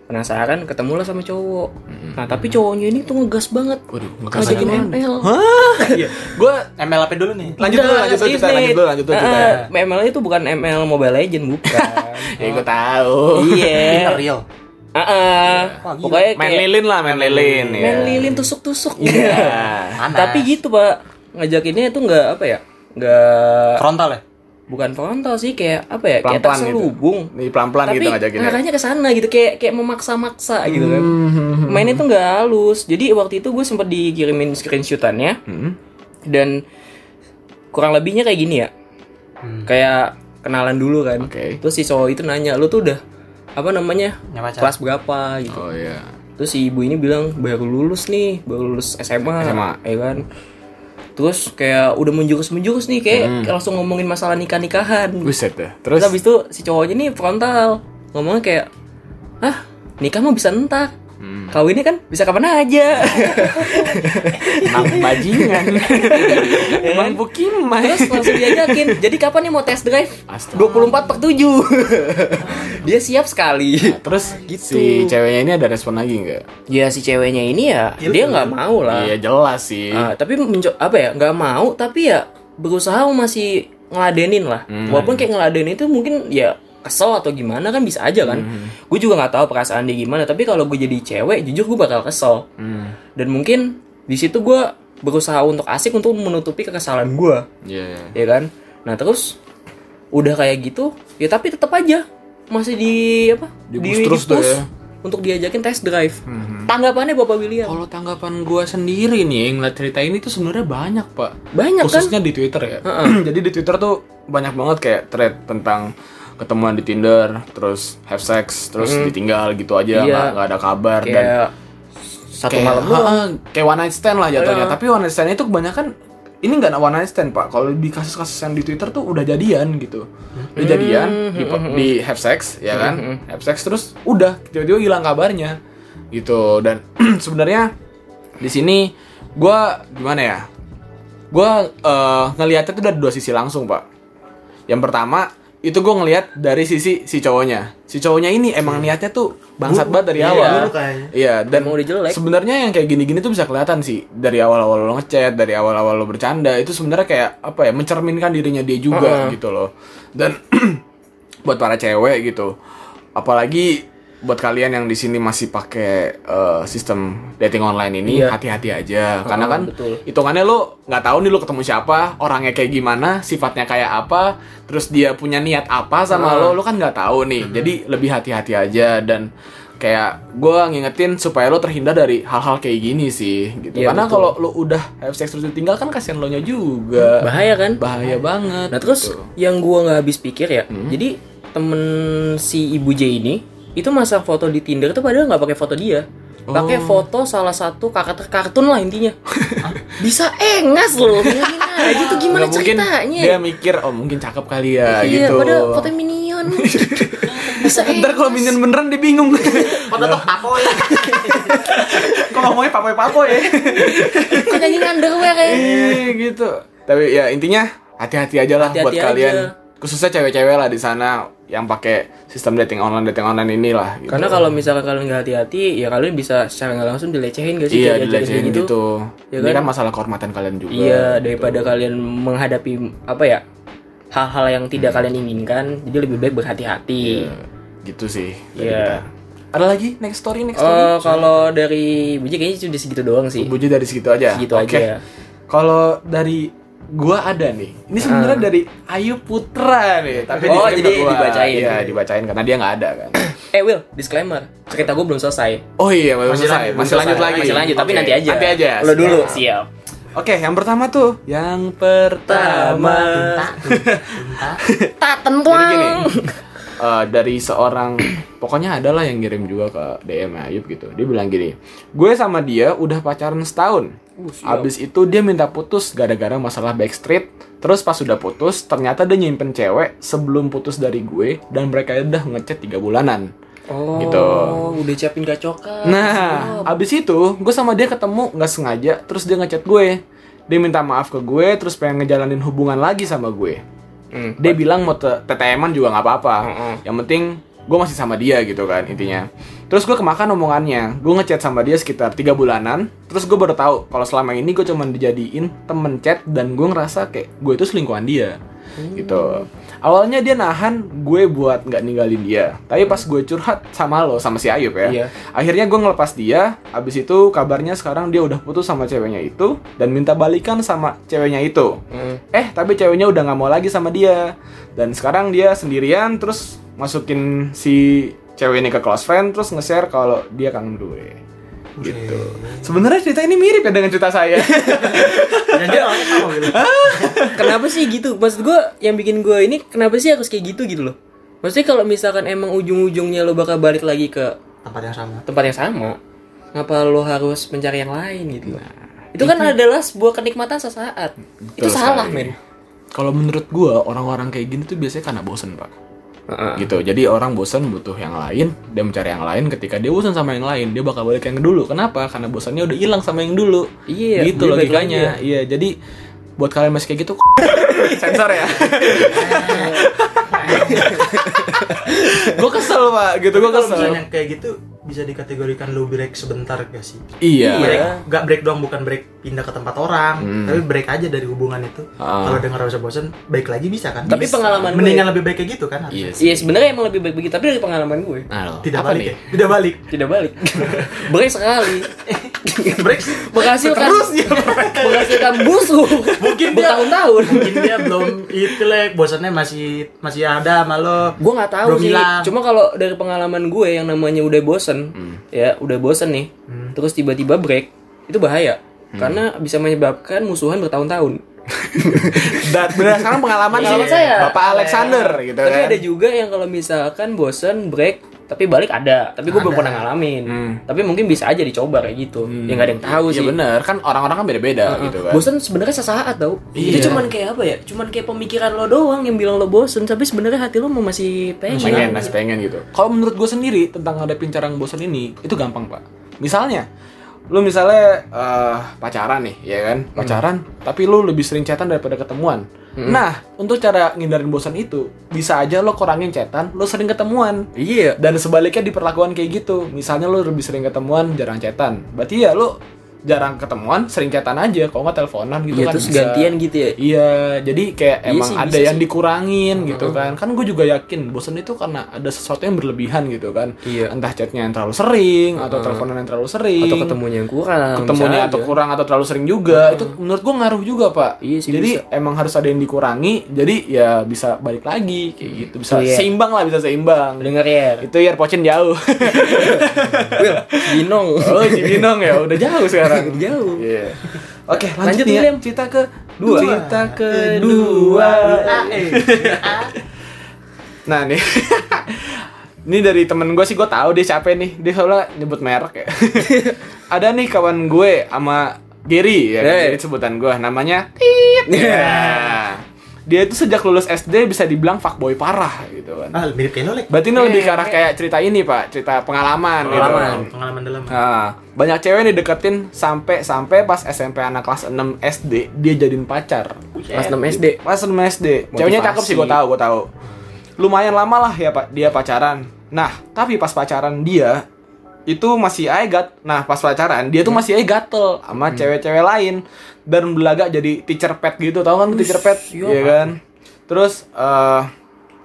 [SPEAKER 4] penasaran ketemulah sama cowok
[SPEAKER 6] Hmm.
[SPEAKER 4] nah tapi cowoknya ini tuh ngegas banget
[SPEAKER 6] Waduh,
[SPEAKER 5] ngajakin ML
[SPEAKER 6] Gue
[SPEAKER 1] ML apa dulu nih?
[SPEAKER 6] lanjut dulu, lanjut dulu cerita, lanjut dulu, lanjut dulu cerita.
[SPEAKER 4] ML itu bukan ML Mobile Legend bukan
[SPEAKER 6] <laughs> Ya, gue tahu. Eh.
[SPEAKER 1] Ini
[SPEAKER 4] iya
[SPEAKER 1] real.
[SPEAKER 4] Ah, ah.
[SPEAKER 6] Main
[SPEAKER 4] pokoknya kayak-
[SPEAKER 6] lilin lah, main lilin. ya.
[SPEAKER 4] main lilin tusuk-tusuk
[SPEAKER 6] Iya.
[SPEAKER 1] Panas.
[SPEAKER 4] tapi gitu pak ngajakinnya itu nggak apa ya nggak
[SPEAKER 1] frontal ya?
[SPEAKER 4] bukan frontal sih kayak apa ya kayak
[SPEAKER 6] Pelan-pelan
[SPEAKER 4] tak
[SPEAKER 6] gitu.
[SPEAKER 4] selubung
[SPEAKER 6] Nih pelan-pelan
[SPEAKER 4] tapi
[SPEAKER 6] gitu ngajakin. ya.
[SPEAKER 4] arahnya ke sana gitu kayak kayak memaksa-maksa gitu kan
[SPEAKER 6] Hmm.
[SPEAKER 4] mainnya tuh nggak halus jadi waktu itu gue sempet dikirimin screenshotannya
[SPEAKER 6] Hmm.
[SPEAKER 4] dan kurang lebihnya kayak gini ya kayak kenalan dulu kan
[SPEAKER 6] Hmm. Oke.
[SPEAKER 4] terus si cowok itu nanya lu tuh udah apa namanya
[SPEAKER 1] Punya pacar?
[SPEAKER 4] kelas berapa gitu
[SPEAKER 6] Oh iya.
[SPEAKER 4] Terus si ibu ini bilang baru lulus nih, baru lulus SMA,
[SPEAKER 6] SMA.
[SPEAKER 4] ya kan. Terus kayak udah menjurus-menjurus nih kayak
[SPEAKER 6] Hmm.
[SPEAKER 4] kayak langsung ngomongin masalah nikah-nikahan. gitu. Terus
[SPEAKER 6] Buset deh. Terus
[SPEAKER 4] habis itu si cowoknya nih frontal. Ngomongnya kayak, "Ah, nikah mah bisa entar. Kawinnya kan bisa kapan <laughs> aja."
[SPEAKER 6] nang <laughs> bajingan. Emang bukimai.
[SPEAKER 4] Terus langsung diajakin. Jadi kapan nih mau tes drive?
[SPEAKER 6] Astaga.
[SPEAKER 4] 24 per 7. <laughs> Dia siap sekali.
[SPEAKER 6] Terus
[SPEAKER 4] Gitu.
[SPEAKER 6] si ceweknya ini ada respon lagi nggak?
[SPEAKER 4] Ya si ceweknya ini ya dia nggak mau lah.
[SPEAKER 6] Iya jelas sih.
[SPEAKER 4] Ah, tapi menco- apa ya nggak mau tapi ya berusaha masih ngeladenin lah
[SPEAKER 6] Hmm.
[SPEAKER 4] walaupun kayak ngeladenin itu mungkin ya kesel atau gimana kan bisa aja kan
[SPEAKER 6] Hmm.
[SPEAKER 4] gue juga nggak tahu perasaan dia gimana tapi kalau gue jadi cewek jujur gue bakal kesel
[SPEAKER 6] Hmm.
[SPEAKER 4] dan mungkin di situ gue berusaha untuk asik untuk menutupi kekesalan gue
[SPEAKER 6] Iya.
[SPEAKER 4] ya kan nah terus udah kayak gitu ya tapi tetap aja masih di apa
[SPEAKER 6] Dibus terus tuh
[SPEAKER 4] dipus
[SPEAKER 6] ya. Hmm.
[SPEAKER 4] untuk diajakin test drive tanggapannya bapak William
[SPEAKER 6] Kalau tanggapan gua sendiri nih ngeliat cerita ini tuh sebenarnya banyak pak.
[SPEAKER 4] Banyak, kan?
[SPEAKER 6] Khususnya di Twitter ya. <clears throat> Jadi di Twitter tuh banyak banget kayak thread tentang ketemuan di Tinder, terus have sex, terus ditinggal gitu aja,
[SPEAKER 4] Mm-hmm. Iya.
[SPEAKER 6] nggak nggak ada kabar dan
[SPEAKER 4] kayak satu
[SPEAKER 6] kayak,
[SPEAKER 4] malam doang.
[SPEAKER 6] ha-ha, kayak one night stand lah jatuhnya. Tapi one night stand itu kebanyakan ini nggak one night stand pak. Kalau di kasus-kasus yang di Twitter tuh udah jadian gitu, udah
[SPEAKER 4] Hmm.
[SPEAKER 6] jadian di, di have sex ya kan, have sex terus udah tiba-tiba hilang kabarnya gitu. Dan <clears throat> sebenarnya di sini gue gimana ya? Gue eh, ngelihatnya tuh dari dua sisi langsung pak. Yang pertama itu gue ngelihat dari sisi si cowoknya. Si cowoknya ini emang niatnya tuh bangsat banget dari awal. Iya, dan
[SPEAKER 4] Emang udah jelek.
[SPEAKER 6] Sebenarnya yang kayak gini-gini tuh bisa kelihatan sih dari awal-awal lo ngechat, dari awal-awal lo bercanda itu sebenarnya kayak apa ya mencerminkan dirinya dia juga gitu loh. Dan <clears throat> buat para cewek gitu, apalagi buat kalian yang di sini masih pakai eh, sistem dating online ini
[SPEAKER 4] Iya.
[SPEAKER 6] hati-hati aja karena kan
[SPEAKER 4] betul.
[SPEAKER 6] hitungannya lo nggak tahu nih lo ketemu siapa orangnya kayak gimana sifatnya kayak apa terus dia punya niat apa sama
[SPEAKER 4] Ah.
[SPEAKER 6] lo lo kan nggak tahu nih
[SPEAKER 4] Hmm.
[SPEAKER 6] jadi lebih hati-hati aja dan kayak gue ngingetin supaya lo terhindar dari hal-hal kayak gini sih gitu
[SPEAKER 4] Iya,
[SPEAKER 6] karena
[SPEAKER 4] betul.
[SPEAKER 6] kalau lo udah have sex terus ditinggal kan kasihan lo nya juga
[SPEAKER 4] bahaya kan
[SPEAKER 6] bahaya banget
[SPEAKER 4] nah terus
[SPEAKER 6] gitu.
[SPEAKER 4] yang gua nggak habis pikir ya
[SPEAKER 6] Hmm.
[SPEAKER 4] jadi temen si ibu J ini itu masa foto di Tinder itu padahal nggak pakai foto dia
[SPEAKER 6] Oh.
[SPEAKER 4] pakai foto salah satu karakter kartun lah intinya
[SPEAKER 6] <laughs>
[SPEAKER 4] bisa engas loh bayangin aja tuh gitu gimana
[SPEAKER 6] Nggak mungkin
[SPEAKER 4] ceritanya
[SPEAKER 6] dia mikir oh mungkin cakep kali ya
[SPEAKER 4] iya
[SPEAKER 6] gitu
[SPEAKER 4] padahal foto minion
[SPEAKER 6] <laughs>
[SPEAKER 4] bisa
[SPEAKER 6] Ntar
[SPEAKER 4] engas
[SPEAKER 6] kalau minion beneran dia
[SPEAKER 4] <laughs>
[SPEAKER 6] bingung.
[SPEAKER 3] Foto
[SPEAKER 1] <laughs>
[SPEAKER 3] papoy.
[SPEAKER 6] kalau ngomongnya <laughs> papoy-papoy ya.
[SPEAKER 5] Kan anjing underwear ya
[SPEAKER 6] Ih, gitu. Tapi ya intinya hati-hati aja lah
[SPEAKER 4] Hati-hati
[SPEAKER 6] buat kalian.
[SPEAKER 4] aja.
[SPEAKER 6] Khususnya cewek-cewek lah di sana yang pakai sistem dating online dating online inilah gitu.
[SPEAKER 4] karena kalau misalnya kalian nggak hati-hati ya kalian bisa secara nggak langsung dilecehin gak sih
[SPEAKER 6] iya
[SPEAKER 4] Kayak ajakan kayak
[SPEAKER 6] dilecehin gitu.
[SPEAKER 4] Ya
[SPEAKER 6] Ini
[SPEAKER 4] kan?
[SPEAKER 6] kan masalah kehormatan kalian juga.
[SPEAKER 4] Iya,
[SPEAKER 6] gitu.
[SPEAKER 4] daripada kalian menghadapi apa ya hal-hal yang tidak kalian inginkan, jadi lebih baik berhati-hati.
[SPEAKER 6] gitu sih. dari
[SPEAKER 4] Iya.
[SPEAKER 6] kita. Ada lagi next story next story.
[SPEAKER 4] Eh, kalau dari Buji kayaknya sudah segitu doang sih.
[SPEAKER 6] Buji dari segitu aja.
[SPEAKER 4] Eh, Segitu
[SPEAKER 6] Oke.
[SPEAKER 4] aja.
[SPEAKER 6] Kalau dari gua ada nih. Ini sebenarnya dari Ayu Putra nih, tapi
[SPEAKER 4] Ah. Oh,
[SPEAKER 6] dikirim
[SPEAKER 4] jadi
[SPEAKER 6] ke gua.
[SPEAKER 4] dibacain.
[SPEAKER 6] Iya, dibacain karena dia nggak ada kan.
[SPEAKER 4] Eh Will, disclaimer, cerita gue belum selesai.
[SPEAKER 6] Oh iya, belum
[SPEAKER 1] Masih
[SPEAKER 6] selesai.
[SPEAKER 1] lanjut,
[SPEAKER 6] Masih
[SPEAKER 1] belum
[SPEAKER 6] lanjut
[SPEAKER 1] selesai.
[SPEAKER 6] lagi.
[SPEAKER 4] Masih lanjut, tapi
[SPEAKER 6] Oke,
[SPEAKER 4] nanti aja.
[SPEAKER 6] Nanti aja.
[SPEAKER 4] Lo dulu,
[SPEAKER 6] Siap.
[SPEAKER 4] siap.
[SPEAKER 6] Oke, yang pertama tuh, yang pertama.
[SPEAKER 5] Tak tentu
[SPEAKER 6] Jadi gini, <laughs> eh, dari seorang, pokoknya adalah yang ngirim juga ke DM Ayub gitu. Dia bilang gini, gue sama dia udah pacaran setahun. Abis itu dia minta putus gara-gara masalah backstreet. Terus pas sudah putus, ternyata dia nyimpen cewek sebelum putus dari gue dan mereka udah ngechat tiga bulanan.
[SPEAKER 4] Oh,
[SPEAKER 6] Gitu.
[SPEAKER 4] udah siapin gacokan.
[SPEAKER 6] Nah, abis itu gue sama dia ketemu nggak sengaja, terus dia ngechat gue. Dia minta maaf ke gue, terus pengen ngejalanin hubungan lagi sama gue. Dia bilang mau te- TTM-an juga nggak apa-apa. Yang penting gue masih sama dia gitu kan intinya terus gue kemakan omongannya gue ngechat sama dia sekitar tiga bulanan terus gue baru tahu kalau selama ini gue cuman dijadiin temen chat dan gue ngerasa kayak gue itu selingkuhan dia gitu awalnya dia nahan gue buat nggak ninggalin dia tapi pas gue curhat sama lo sama si Ayub ya
[SPEAKER 4] Iya.
[SPEAKER 6] akhirnya gue ngelepas dia abis itu kabarnya sekarang dia udah putus sama ceweknya itu dan minta balikan sama ceweknya itu
[SPEAKER 4] Hmm.
[SPEAKER 6] Eh, tapi ceweknya udah nggak mau lagi sama dia. Dan sekarang dia sendirian terus masukin si cewek ini ke close friend terus nge-share kalau dia kangen gue. Gitu. Sebenarnya cerita ini mirip ya dengan cerita
[SPEAKER 4] <laughs>
[SPEAKER 6] saya.
[SPEAKER 3] Jangan-jangan orangnya sama gitu.
[SPEAKER 4] kenapa sih gitu? Maksud gue yang bikin gue ini kenapa sih harus kayak gitu gitu loh? Maksudnya kalau misalkan emang ujung-ujungnya lo bakal balik lagi ke
[SPEAKER 1] tempat yang sama
[SPEAKER 4] tempat yang sama, ngapa lo harus mencari yang lain gitu loh? itu kan adalah sebuah kenikmatan sesaat. itu
[SPEAKER 6] Betul
[SPEAKER 4] salah,
[SPEAKER 6] sekali. <laughs>
[SPEAKER 4] men.
[SPEAKER 6] Kalau menurut gue orang-orang kayak gini tuh biasanya karena bosen pak. gitu jadi orang bosan butuh yang lain dia mencari yang lain ketika dia bosan sama yang lain dia bakal balik yang dulu kenapa karena bosannya udah hilang sama yang dulu
[SPEAKER 4] Iya,
[SPEAKER 6] gitu
[SPEAKER 4] dia balik
[SPEAKER 6] logikanya iya jadi buat kalian masih kayak gitu sensor ya gue kesel pak gitu gue
[SPEAKER 1] kalau
[SPEAKER 6] kesel
[SPEAKER 1] misalnya kayak gitu bisa dikategorikan lu break sebentar gak sih
[SPEAKER 6] iya
[SPEAKER 1] break gak break doang bukan break pindah ke tempat orang
[SPEAKER 6] Hmm.
[SPEAKER 1] tapi break aja dari hubungan itu
[SPEAKER 6] Ah.
[SPEAKER 1] kalau dengar rasa bosan baik lagi bisa kan
[SPEAKER 4] Tapi
[SPEAKER 1] Bisa.
[SPEAKER 4] pengalaman gue-
[SPEAKER 1] mendingan lebih baik kayak gitu kan harusnya.
[SPEAKER 6] iya sih.
[SPEAKER 4] Iya sebenarnya emang lebih baik begitu tapi dari pengalaman gue
[SPEAKER 6] Nah, loh,
[SPEAKER 1] tidak
[SPEAKER 6] apa
[SPEAKER 1] balik
[SPEAKER 6] nih?
[SPEAKER 1] ya? tidak balik
[SPEAKER 4] tidak balik. <laughs> Break sekali.
[SPEAKER 1] break
[SPEAKER 4] Menghasilkan <laughs> menghasilkan busuk.
[SPEAKER 1] Mungkin dia-
[SPEAKER 4] bertahun-tahun.
[SPEAKER 1] mungkin dia belum itu lek bosannya masih masih ada sama lo
[SPEAKER 4] Gue nggak tahu
[SPEAKER 1] Belum
[SPEAKER 4] sih.
[SPEAKER 1] hilang.
[SPEAKER 4] Cuma kalau dari pengalaman gue yang namanya udah bosen, ya udah bosen nih. Terus tiba-tiba break itu bahaya karena bisa menyebabkan musuhan bertahun-tahun.
[SPEAKER 6] Dan berdasarkan pengalaman sih
[SPEAKER 4] Iya. Pengalaman saya.
[SPEAKER 6] bapak Alexander gitu
[SPEAKER 4] Tapi
[SPEAKER 6] kan
[SPEAKER 4] ada juga yang kalau misalkan bosen break tapi balik ada. Tapi gue belum pernah ngalamin. Tapi mungkin bisa aja dicoba kayak gitu. Ya nggak ada yang tahu
[SPEAKER 6] Iya
[SPEAKER 4] sih.
[SPEAKER 6] bener kan orang-orang kan beda-beda gitu kan
[SPEAKER 4] bosen sebenarnya sesaat tau
[SPEAKER 6] Iya.
[SPEAKER 4] itu cuman kayak apa ya cuman kayak pemikiran lo doang yang bilang lo bosen tapi sebenarnya hati lo mau masih pengen
[SPEAKER 6] pengen masih pengen gitu kalau menurut gue sendiri tentang ngadepin cara bosan ini itu gampang pak misalnya lu misalnya eh, pacaran nih ya kan pacaran tapi lu lebih sering cetan daripada ketemuan nah untuk cara ngindarin bosan itu bisa aja lo kurangin cetan lo sering ketemuan
[SPEAKER 4] iya
[SPEAKER 6] dan sebaliknya diperlakukan kayak gitu misalnya lo lebih sering ketemuan jarang cetan berarti ya lo jarang ketemuan sering cetan aja kalau nggak teleponan gitu
[SPEAKER 4] iya
[SPEAKER 6] kan
[SPEAKER 4] terus
[SPEAKER 6] bisa.
[SPEAKER 4] gantian gitu ya
[SPEAKER 6] Iya, jadi kayak
[SPEAKER 4] Iya
[SPEAKER 6] emang
[SPEAKER 4] sih,
[SPEAKER 6] ada
[SPEAKER 4] bisa
[SPEAKER 6] yang dikurangin gitu kan. Kan gue juga yakin bosen itu karena ada sesuatu yang berlebihan gitu kan.
[SPEAKER 4] Iya.
[SPEAKER 6] Entah chatnya yang terlalu sering atau teleponan yang terlalu sering.
[SPEAKER 4] atau ketemunya yang kurang
[SPEAKER 6] ketemunya
[SPEAKER 4] bisa
[SPEAKER 6] atau
[SPEAKER 4] aja.
[SPEAKER 6] kurang atau terlalu sering juga itu menurut gue ngaruh juga pak.
[SPEAKER 4] Iya sih,
[SPEAKER 6] jadi emang harus ada yang dikurangi. Jadi ya bisa balik lagi kayak gitu. Bisa
[SPEAKER 4] Tuh, ya.
[SPEAKER 6] seimbang lah, bisa seimbang.
[SPEAKER 4] denger ya
[SPEAKER 6] Itu ya pocin
[SPEAKER 4] <laughs>
[SPEAKER 6] jauh.
[SPEAKER 4] Will <laughs> Binong
[SPEAKER 6] oh, Cibinong ya udah <laughs> jauh sekarang.
[SPEAKER 4] jauh
[SPEAKER 6] Iya. Oke, lanjut,
[SPEAKER 4] Lanjut,
[SPEAKER 6] nih ya.
[SPEAKER 4] William.
[SPEAKER 6] Cerita ke dua. Cerita
[SPEAKER 4] kedua.
[SPEAKER 6] Nah nih <laughs> Ini dari temen gue sih gue tahu dia capek nih Dia soalnya nyebut merek ya <laughs> Ada nih kawan gue sama Gary ya kan?
[SPEAKER 4] Hey.
[SPEAKER 6] Jadi sebutan gue namanya Tit Ya. Dia itu sejak lulus SD bisa dibilang fuckboy parah gitu kan
[SPEAKER 1] ah mirip kayak lo lek
[SPEAKER 6] Berarti ini lebih ke arah kayak cerita ini pak Cerita pengalaman, gitu.
[SPEAKER 1] pengalaman dalam
[SPEAKER 6] Nah, banyak cewek yang dideketin sampai sampai pas SMP anak kelas 6 SD dia jadiin pacar.
[SPEAKER 4] Kelas 6 SD.
[SPEAKER 6] Kelas 6 SD. Ceweknya cakep sih gue tahu, gue tahu. Lumayan lama lah ya Pak dia pacaran. Nah, tapi pas pacaran dia itu masih aja gat. Nah, pas pacaran dia tuh masih aja gatel sama cewek-cewek lain dan belaga jadi teacher pet gitu, tau kan teacher pet? Iya kan? Terus eh,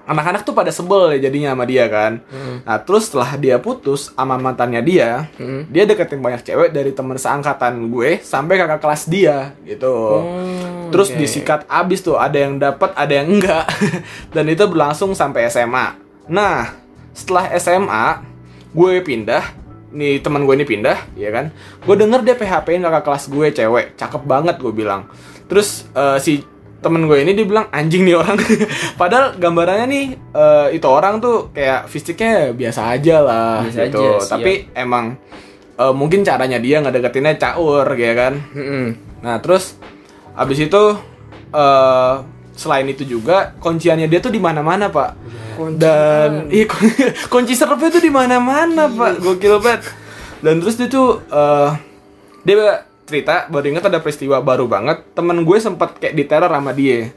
[SPEAKER 6] anak-anak tuh pada sebel ya jadinya sama dia kan. Nah, terus setelah dia putus sama mantannya dia, dia deketin banyak cewek dari temen seangkatan gue sampai kakak kelas dia gitu.
[SPEAKER 4] Hmm,
[SPEAKER 6] terus disikat abis tuh, ada yang dapat, ada yang enggak. <laughs> Dan itu berlangsung sampai SMA. Nah, setelah SMA, gue pindah nih teman gue ini pindah, ya kan? Gue denger dia PHP-in kakak kelas gue cewek, cakep banget gue bilang. Terus eh, si temen gue ini dia bilang anjing nih orang. <laughs> Padahal gambarannya nih eh, itu orang tuh kayak fisiknya biasa aja lah
[SPEAKER 4] Biasa
[SPEAKER 6] gitu.
[SPEAKER 4] aja, iya. siap.
[SPEAKER 6] Tapi emang eh, mungkin caranya dia ngedeketinnya caur, ya kan? Nah terus abis itu eh selain itu juga kunciannya dia tuh di mana-mana pak. Dan <laughs> iya, kun- kunci serepnya tuh di mana-mana pak. Gokil banget. Dan terus dia tuh eh, dia cerita baru inget ada peristiwa baru banget temen gue sempet kayak diteror sama dia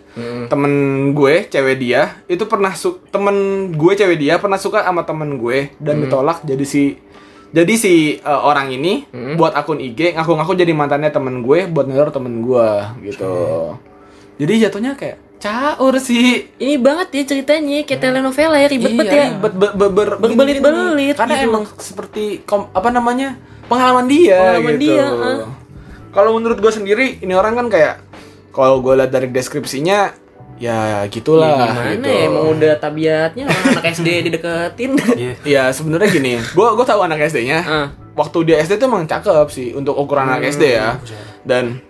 [SPEAKER 6] temen gue cewek dia itu pernah su temen gue cewek dia pernah suka sama temen gue dan ditolak jadi si jadi si eh, orang ini buat akun IG ngaku-ngaku jadi mantannya temen gue buat neror temen gue gitu jadi jatuhnya kayak caur sih
[SPEAKER 5] Ini banget ya ceritanya kayak telenovela ya ribet banget
[SPEAKER 4] Iya.
[SPEAKER 5] ya.
[SPEAKER 6] ribet, be- be- ber-
[SPEAKER 5] Berbelit-belit
[SPEAKER 6] gini-gini. karena
[SPEAKER 5] gitu.
[SPEAKER 6] emang seperti kom- apa namanya pengalaman dia
[SPEAKER 5] Pengalaman
[SPEAKER 6] gitu.
[SPEAKER 5] dia, ah.
[SPEAKER 6] Kalau menurut gue sendiri ini orang kan kayak kalau gue lihat dari deskripsinya ya gitulah
[SPEAKER 4] Gimana
[SPEAKER 6] gitu.
[SPEAKER 4] ya, emang udah tabiatnya orang anak SD
[SPEAKER 6] <laughs>
[SPEAKER 4] dideketin.
[SPEAKER 6] Ya sebenarnya gini, gue gue tahu anak SD-nya.
[SPEAKER 4] Ah.
[SPEAKER 6] Waktu dia SD tuh emang cakep sih untuk ukuran anak SD ya. Dan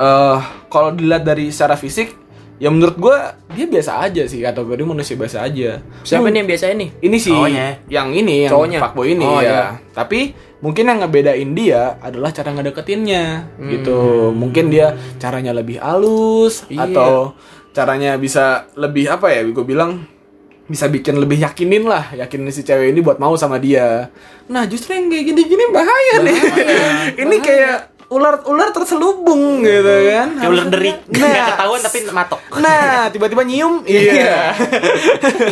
[SPEAKER 6] eh kalau dilihat dari secara fisik, ya menurut gue dia biasa aja sih kategori manusia biasa aja.
[SPEAKER 4] Siapa
[SPEAKER 6] Mung-
[SPEAKER 4] nih yang biasanya nih?
[SPEAKER 6] Ini sih
[SPEAKER 1] Cowoknya. ya?
[SPEAKER 6] yang ini yang
[SPEAKER 4] Cowoknya?
[SPEAKER 6] fuckboy ini ya.
[SPEAKER 4] Oh, iya.
[SPEAKER 6] Tapi mungkin yang ngebedain dia adalah cara ngedeketinnya
[SPEAKER 1] Hmm.
[SPEAKER 6] gitu. Mungkin dia caranya lebih halus
[SPEAKER 1] Iya.
[SPEAKER 6] atau caranya bisa lebih apa ya? Gue bilang bisa bikin lebih yakinin lah, yakinin si cewek ini buat mau sama dia. Nah, justru yang kayak gini-gini bahaya, nih. <laughs> ini kayak ular-ular terselubung gitu kan.
[SPEAKER 1] Hmm. Kayak ular <laughs> derik.
[SPEAKER 6] Nah.
[SPEAKER 1] Nggak ketahuan tapi matok.
[SPEAKER 6] Nah, tiba-tiba nyium. Iya.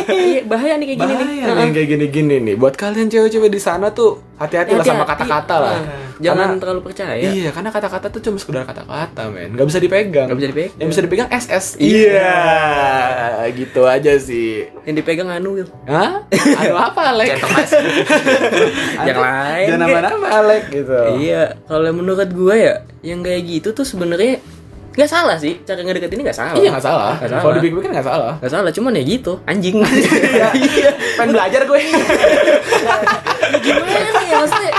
[SPEAKER 5] Iya, bahaya nih kayak gini
[SPEAKER 6] Bahaya
[SPEAKER 5] nih.
[SPEAKER 6] nih yang kayak gini-gini nih. Buat kalian cewek-cewek di sana tuh hati-hati lah sama
[SPEAKER 5] Hati-hati.
[SPEAKER 6] kata-kata lah.
[SPEAKER 4] Nah, Jangan
[SPEAKER 6] Karena-
[SPEAKER 4] terlalu percaya.
[SPEAKER 6] Iya, karena kata-kata tuh cuma sekedar kata-kata, men. Gak bisa dipegang.
[SPEAKER 4] Nggak bisa dipegang.
[SPEAKER 6] Yang bisa dipegang SS. Iya, gitu aja sih.
[SPEAKER 4] Yang dipegang anu, Wil. <laughs>
[SPEAKER 6] Hah? Aduh apa, Alek?
[SPEAKER 4] Yang lain,
[SPEAKER 6] Jangan
[SPEAKER 4] kek.
[SPEAKER 6] nama-nama, Alek, gitu.
[SPEAKER 4] Iya, kalau menurut gue ya, yang kayak gitu tuh sebenarnya nggak salah sih cara ngedeketinnya nggak salah.
[SPEAKER 6] Iya, nggak salah.
[SPEAKER 4] Nggak salah.
[SPEAKER 6] Kalau dipikir-pikir nggak salah.
[SPEAKER 4] Nggak salah, cuman ya gitu,
[SPEAKER 6] <laughs>
[SPEAKER 4] anjing. Iya.
[SPEAKER 6] Pengen belajar gue.
[SPEAKER 5] Gimana nih ya maksudnya?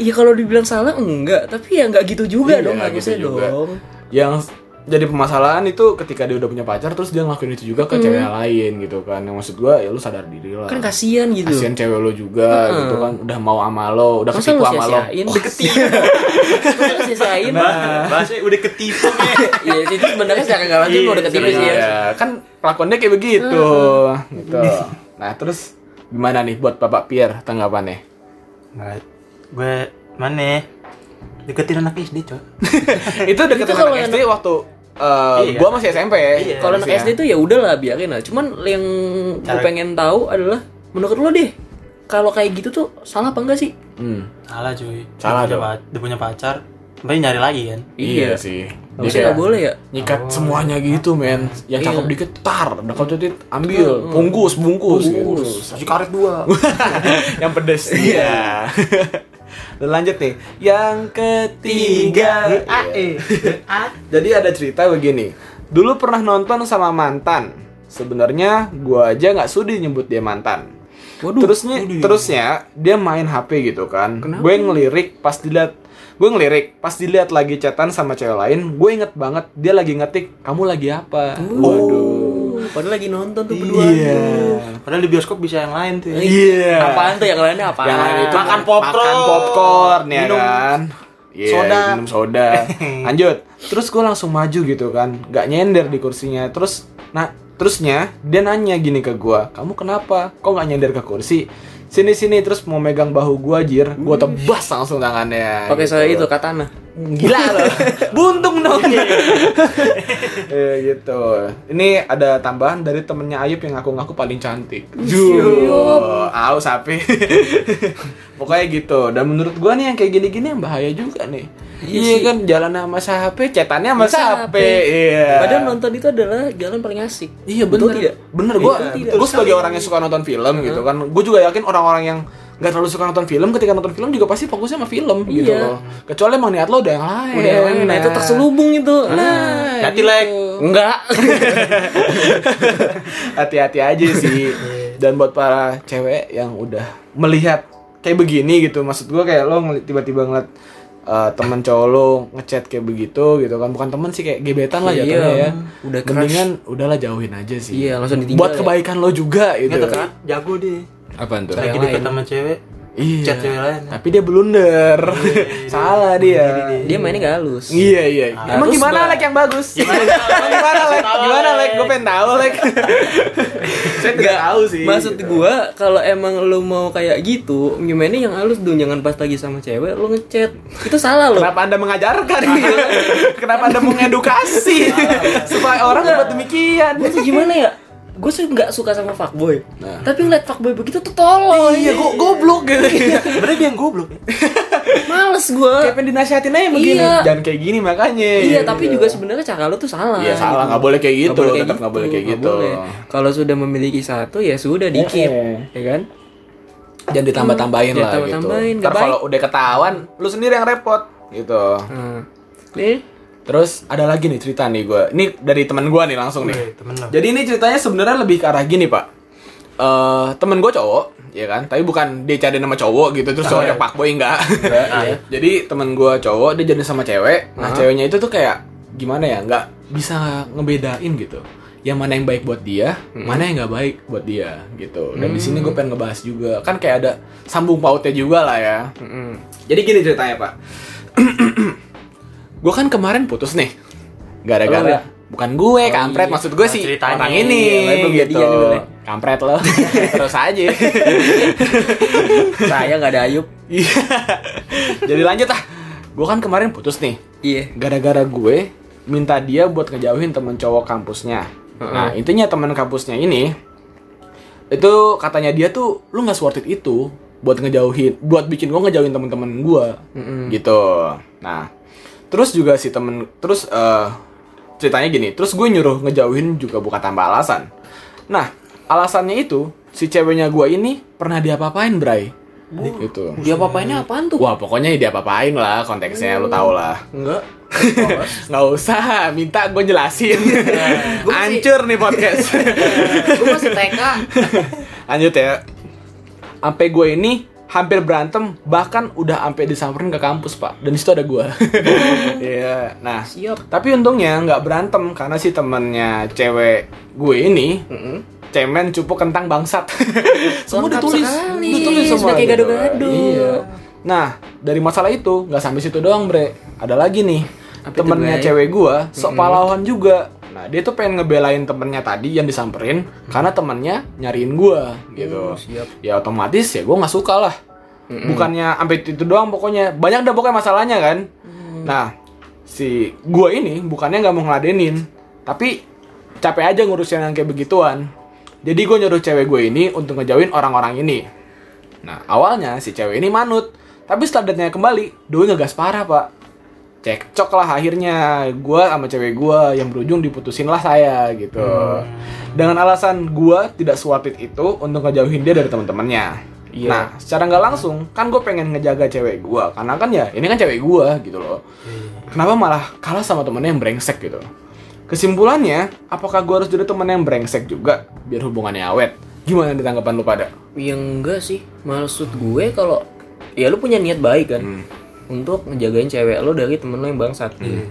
[SPEAKER 4] Iya kalau dibilang salah enggak, tapi ya nggak gitu juga
[SPEAKER 6] Iya,
[SPEAKER 4] dong, nggak
[SPEAKER 6] nggak
[SPEAKER 4] bisa
[SPEAKER 6] gitu juga.
[SPEAKER 4] dong.
[SPEAKER 6] yang jadi permasalahan itu ketika dia udah punya pacar terus dia ngelakuin itu juga ke cewek lain gitu kan yang maksud gua ya lu sadar diri lah
[SPEAKER 4] Hmm. Kan kasihan gitu.
[SPEAKER 6] kasihan cewek lo juga gitu kan udah mau sama lo udah
[SPEAKER 4] Masa
[SPEAKER 6] ketipu
[SPEAKER 4] lu
[SPEAKER 6] sama lo Oh, Nah. <laughs>
[SPEAKER 4] sia-siain? Deketin. Masa lu sia-siain?
[SPEAKER 1] Bahasanya udah ketipu nih.
[SPEAKER 4] Iya, itu sebenarnya secara nggak langsung
[SPEAKER 1] Iya,
[SPEAKER 4] udah deketin sih ya.
[SPEAKER 6] Iya, kan pelakonnya kayak begitu gitu nah terus gimana nih buat bapak Pierre tanggapannya
[SPEAKER 1] <laughs>
[SPEAKER 4] <laughs>
[SPEAKER 1] Nah, gue mana? Deketin anak SD, coy.
[SPEAKER 6] itu deketin
[SPEAKER 4] kalau
[SPEAKER 6] anak SD waktu eh,
[SPEAKER 1] Iya.
[SPEAKER 6] gua masih SMP
[SPEAKER 1] Iya.
[SPEAKER 4] Kalau anak SD tuh ya udahlah biarin lah. Cuman yang gue
[SPEAKER 1] Cara-
[SPEAKER 4] pengen tahu adalah menurut lo deh, kalau kayak gitu tuh salah apa enggak sih?
[SPEAKER 6] Hmm,
[SPEAKER 1] Salah, cuy.
[SPEAKER 6] Salah
[SPEAKER 1] dia
[SPEAKER 6] dong.
[SPEAKER 1] punya, pa- dia punya pacar, tapi nyari lagi kan.
[SPEAKER 6] iya sih Dia
[SPEAKER 4] Harusnya nggak
[SPEAKER 6] kayak-
[SPEAKER 4] boleh ya.
[SPEAKER 6] nyikat semuanya gitu men yang cakep dikit tar dekat titik ambil
[SPEAKER 4] Hmm.
[SPEAKER 6] bungkus bungkus
[SPEAKER 4] Bungkus.
[SPEAKER 6] gitu. karet dua <laughs> yang pedes iya dan lanjut nih yang
[SPEAKER 1] Iya.
[SPEAKER 6] ketiga eh. jadi ada cerita begini dulu pernah nonton sama mantan sebenarnya gua aja nggak sudi nyebut dia mantan
[SPEAKER 4] Waduh. ya.
[SPEAKER 6] terusnya terusnya dia main HP gitu kan gue ngelirik pas dilihat gue ngelirik pas dilihat lagi chatan sama cewek lain gue inget banget dia lagi ngetik kamu lagi apa
[SPEAKER 4] Oh.
[SPEAKER 6] waduh
[SPEAKER 4] Uh, Padahal lagi nonton tuh berdua.
[SPEAKER 6] iya
[SPEAKER 1] Padahal di bioskop bisa yang lain tuh. ya.
[SPEAKER 6] iya
[SPEAKER 4] Apaan tuh yang lainnya apaan?
[SPEAKER 6] yang lain itu kan
[SPEAKER 1] Makan popcorn.
[SPEAKER 6] makan popcorn ya
[SPEAKER 1] Minum
[SPEAKER 6] kan Iya,
[SPEAKER 1] soda.
[SPEAKER 6] minum
[SPEAKER 1] <laughs>
[SPEAKER 6] soda lanjut terus gue langsung maju gitu kan nggak nyender di kursinya terus nah terusnya dia nanya gini ke gue kamu kenapa kok nggak nyender ke kursi sini sini terus mau megang bahu gue jir gue
[SPEAKER 1] Hmm.
[SPEAKER 6] tebas langsung tangannya
[SPEAKER 4] Pakai
[SPEAKER 6] gitu.
[SPEAKER 4] saya itu katana. <laughs>
[SPEAKER 6] gila loh buntung dong
[SPEAKER 4] Iya,
[SPEAKER 6] <laughs> Eh, gitu ini ada tambahan dari temennya Ayub yang ngaku-ngaku paling cantik Juh, aus sapi <laughs> pokoknya gitu dan menurut gua nih yang kayak gini-gini yang bahaya juga nih iya kan jalan sama sapi cetannya sama sapi iya
[SPEAKER 4] Padahal nonton itu adalah jalan paling asik.
[SPEAKER 6] Iya
[SPEAKER 4] Betul
[SPEAKER 6] bener
[SPEAKER 4] tidak?
[SPEAKER 6] Bener gue
[SPEAKER 4] Betul tidak?
[SPEAKER 6] Gue sebagai orang yang suka nonton film gitu kan Gue juga yakin orang-orang yang nggak terlalu suka nonton film Ketika nonton film juga pasti fokusnya sama film gitu
[SPEAKER 4] Iya.
[SPEAKER 6] loh Kecuali emang niat lo udah yang lain ya. Ah.
[SPEAKER 4] Udah yang lain, nah itu terselubung itu. Nah,
[SPEAKER 1] Hati lek.
[SPEAKER 4] enggak.
[SPEAKER 6] <laughs> Hati-hati aja sih Dan buat para cewek yang udah melihat kayak begini gitu Maksud gue kayak lo ngeli- tiba-tiba ngeliat eh, temen cowok lo ngechat kayak begitu gitu kan bukan temen sih kayak gebetan lah
[SPEAKER 4] Iya,
[SPEAKER 6] jatuhnya ya
[SPEAKER 4] udah crush.
[SPEAKER 6] mendingan udahlah jauhin aja sih
[SPEAKER 4] Iya, langsung ditinggal
[SPEAKER 6] buat
[SPEAKER 4] ya.
[SPEAKER 6] kebaikan lo juga gitu
[SPEAKER 1] Jago deh.
[SPEAKER 6] apaan tuh
[SPEAKER 1] kan? Lagi
[SPEAKER 4] Yang
[SPEAKER 1] deket
[SPEAKER 4] lain.
[SPEAKER 1] sama cewek,
[SPEAKER 6] Iya.
[SPEAKER 1] Chat cewek lain.
[SPEAKER 6] Tapi dia blunder.
[SPEAKER 4] Iya,
[SPEAKER 6] <laughs> Salah dia.
[SPEAKER 4] Dia mainnya gak halus.
[SPEAKER 6] Iya iya. Emang
[SPEAKER 4] Harus
[SPEAKER 6] gimana
[SPEAKER 4] dong.
[SPEAKER 6] lek yang bagus?
[SPEAKER 3] Gimana?
[SPEAKER 6] Emang gimana lek?
[SPEAKER 3] Tahu,
[SPEAKER 6] Gimana lek?
[SPEAKER 3] Lek.
[SPEAKER 6] Gue pengen tahu lek. Saya tidak tahu sih. gitu.
[SPEAKER 4] Maksud gua kalau emang lu mau kayak gitu, gimana yang halus dong jangan pas lagi sama cewek lu ngechat. Itu salah lo.
[SPEAKER 6] Kenapa anda mengajarkan? Kenapa anda <laughs> mengedukasi supaya orang berbuat demikian?
[SPEAKER 4] Gue tuh gimana ya? Gue sih nggak suka sama fuckboy. Tapi ngeliat fuckboy begitu tuh tolol.
[SPEAKER 6] Nah. Iya, gue goblok gitu.
[SPEAKER 1] Berarti dia yang goblok ya?
[SPEAKER 4] Males gua.
[SPEAKER 6] Kayak pengen dinasihatin aja begini.
[SPEAKER 4] Iya.
[SPEAKER 6] Jangan kayak gini makanya.
[SPEAKER 4] Iya, tapi juga sebenarnya cara lu tuh salah.
[SPEAKER 6] Iya salah nggak boleh kayak gitu. Tetap nggak boleh kayak
[SPEAKER 4] nggak
[SPEAKER 6] gitu.
[SPEAKER 4] boleh. Kalau sudah memiliki satu ya sudah di keep, ya kan?
[SPEAKER 6] Jangan ditambah-tambahin
[SPEAKER 4] Jangan
[SPEAKER 6] lah gitu.
[SPEAKER 4] tambah-tambahin, nggak
[SPEAKER 6] Ntar kalau udah ketahuan, lu sendiri yang repot gitu.
[SPEAKER 4] Nah, nih
[SPEAKER 6] Terus ada lagi nih cerita nih gue. Ini dari teman gue nih langsung nih.
[SPEAKER 1] Oke, temen lo.
[SPEAKER 6] Jadi ini ceritanya sebenarnya lebih ke arah gini pak. Eh temen gue cowok, ya kan? Tapi bukan dia cari nama cowok gitu terus cowoknya pak boy enggak. <laughs> Iya. Jadi temen gue cowok dia jadi sama cewek. Nah ceweknya itu tuh kayak gimana ya? Nggak bisa ngebedain gitu. Yang mana yang baik buat dia, mana yang nggak baik buat dia gitu. Dan di sini gue pengen ngebahas juga kan kayak ada sambung pautnya juga lah ya. Jadi gini ceritanya pak. <clears throat> gue kan kemarin putus nih
[SPEAKER 4] Lo ya?
[SPEAKER 6] gara-gara bukan gue kampret maksud gue sih
[SPEAKER 1] ceritanya.
[SPEAKER 6] orang ini
[SPEAKER 4] Nah, Iya, belum
[SPEAKER 6] gitu
[SPEAKER 4] jadian dulu deh.
[SPEAKER 6] kampret
[SPEAKER 4] <laughs>
[SPEAKER 6] lo terus aja <laughs>
[SPEAKER 4] saya nggak ada Ayub.
[SPEAKER 6] Iya. jadi lanjut ah gue kan kemarin putus nih
[SPEAKER 4] Iya.
[SPEAKER 6] gara-gara gue minta dia buat ngejauhin temen cowok kampusnya nah intinya temen kampusnya ini itu katanya dia tuh lu nggak worth it itu buat ngejauhin buat bikin gue ngejauhin temen-temen gue gitu nah terus juga si temen terus eh, ceritanya gini terus gue nyuruh ngejauhin juga bukan tambah alasan nah alasannya itu si ceweknya gue ini pernah diapa-apain bray gitu
[SPEAKER 4] Dia papainnya apaan tuh?
[SPEAKER 6] Wah
[SPEAKER 4] Hmm.
[SPEAKER 6] pokoknya dia apa-apain lah konteksnya lu tau lah
[SPEAKER 4] Enggak.
[SPEAKER 6] <laughs> Nggak usah, minta gue jelasin <laughs>
[SPEAKER 4] Gua masih-
[SPEAKER 6] Hancur nih podcast <laughs>
[SPEAKER 4] Gue masih TK.
[SPEAKER 6] Lanjut ya Sampai gue ini hampir berantem Bahkan udah sampai disamperin ke kampus pak Dan disitu ada gue <laughs> Iya, nah
[SPEAKER 4] Siap.
[SPEAKER 6] Tapi untungnya nggak berantem Karena si temennya cewek gue ini Cemen, cupu, kentang, bangsat <laughs> Semua
[SPEAKER 4] Lengkap
[SPEAKER 6] ditulis
[SPEAKER 4] sekali.
[SPEAKER 6] Ditulis semua
[SPEAKER 4] Sudah kayak
[SPEAKER 6] gitu.
[SPEAKER 4] gado-gado.
[SPEAKER 6] Iya Nah, dari masalah itu nggak sampai situ doang, Bre. Ada lagi nih.
[SPEAKER 4] Apa itu,
[SPEAKER 6] temennya
[SPEAKER 4] Bray?
[SPEAKER 6] cewek gua sok pahlawan juga. Nah, dia tuh pengen ngebelain temennya tadi yang disamperin karena temennya nyariin gua
[SPEAKER 4] Oh,
[SPEAKER 6] gitu. Ya otomatis ya gua nggak suka lah. Bukannya sampai itu doang pokoknya. Banyak dah pokoknya masalahnya kan.
[SPEAKER 4] Mm.
[SPEAKER 6] Nah, si gua ini bukannya nggak mau ngeladenin, tapi capek aja ngurusin yang kayak begituan. Jadi gue nyuruh cewek gue ini untuk ngejauhin orang-orang ini. Nah, awalnya si cewek ini manut, tapi standarnya kembali, Doi ngegas parah, Pak. Cekcok lah akhirnya, gua sama cewek gua yang berujung diputusin lah saya gitu. Dengan alasan gua tidak suapit itu untuk ngejauhin dia dari teman-temannya. Nah, secara nggak langsung kan gue pengen ngejaga cewek gua karena kan ya ini kan cewek gua gitu loh. Kenapa malah kalah sama temennya yang brengsek gitu? Kesimpulannya, apakah gua harus jadi temen yang brengsek juga biar hubungannya awet? Gimana ditanggapan lu pada?
[SPEAKER 4] Ya enggak sih. Maksud gue kalau ya lu punya niat baik kan
[SPEAKER 6] Hmm.
[SPEAKER 4] untuk ngejagain cewek lu dari temen lu yang bangsat.
[SPEAKER 6] Hmm.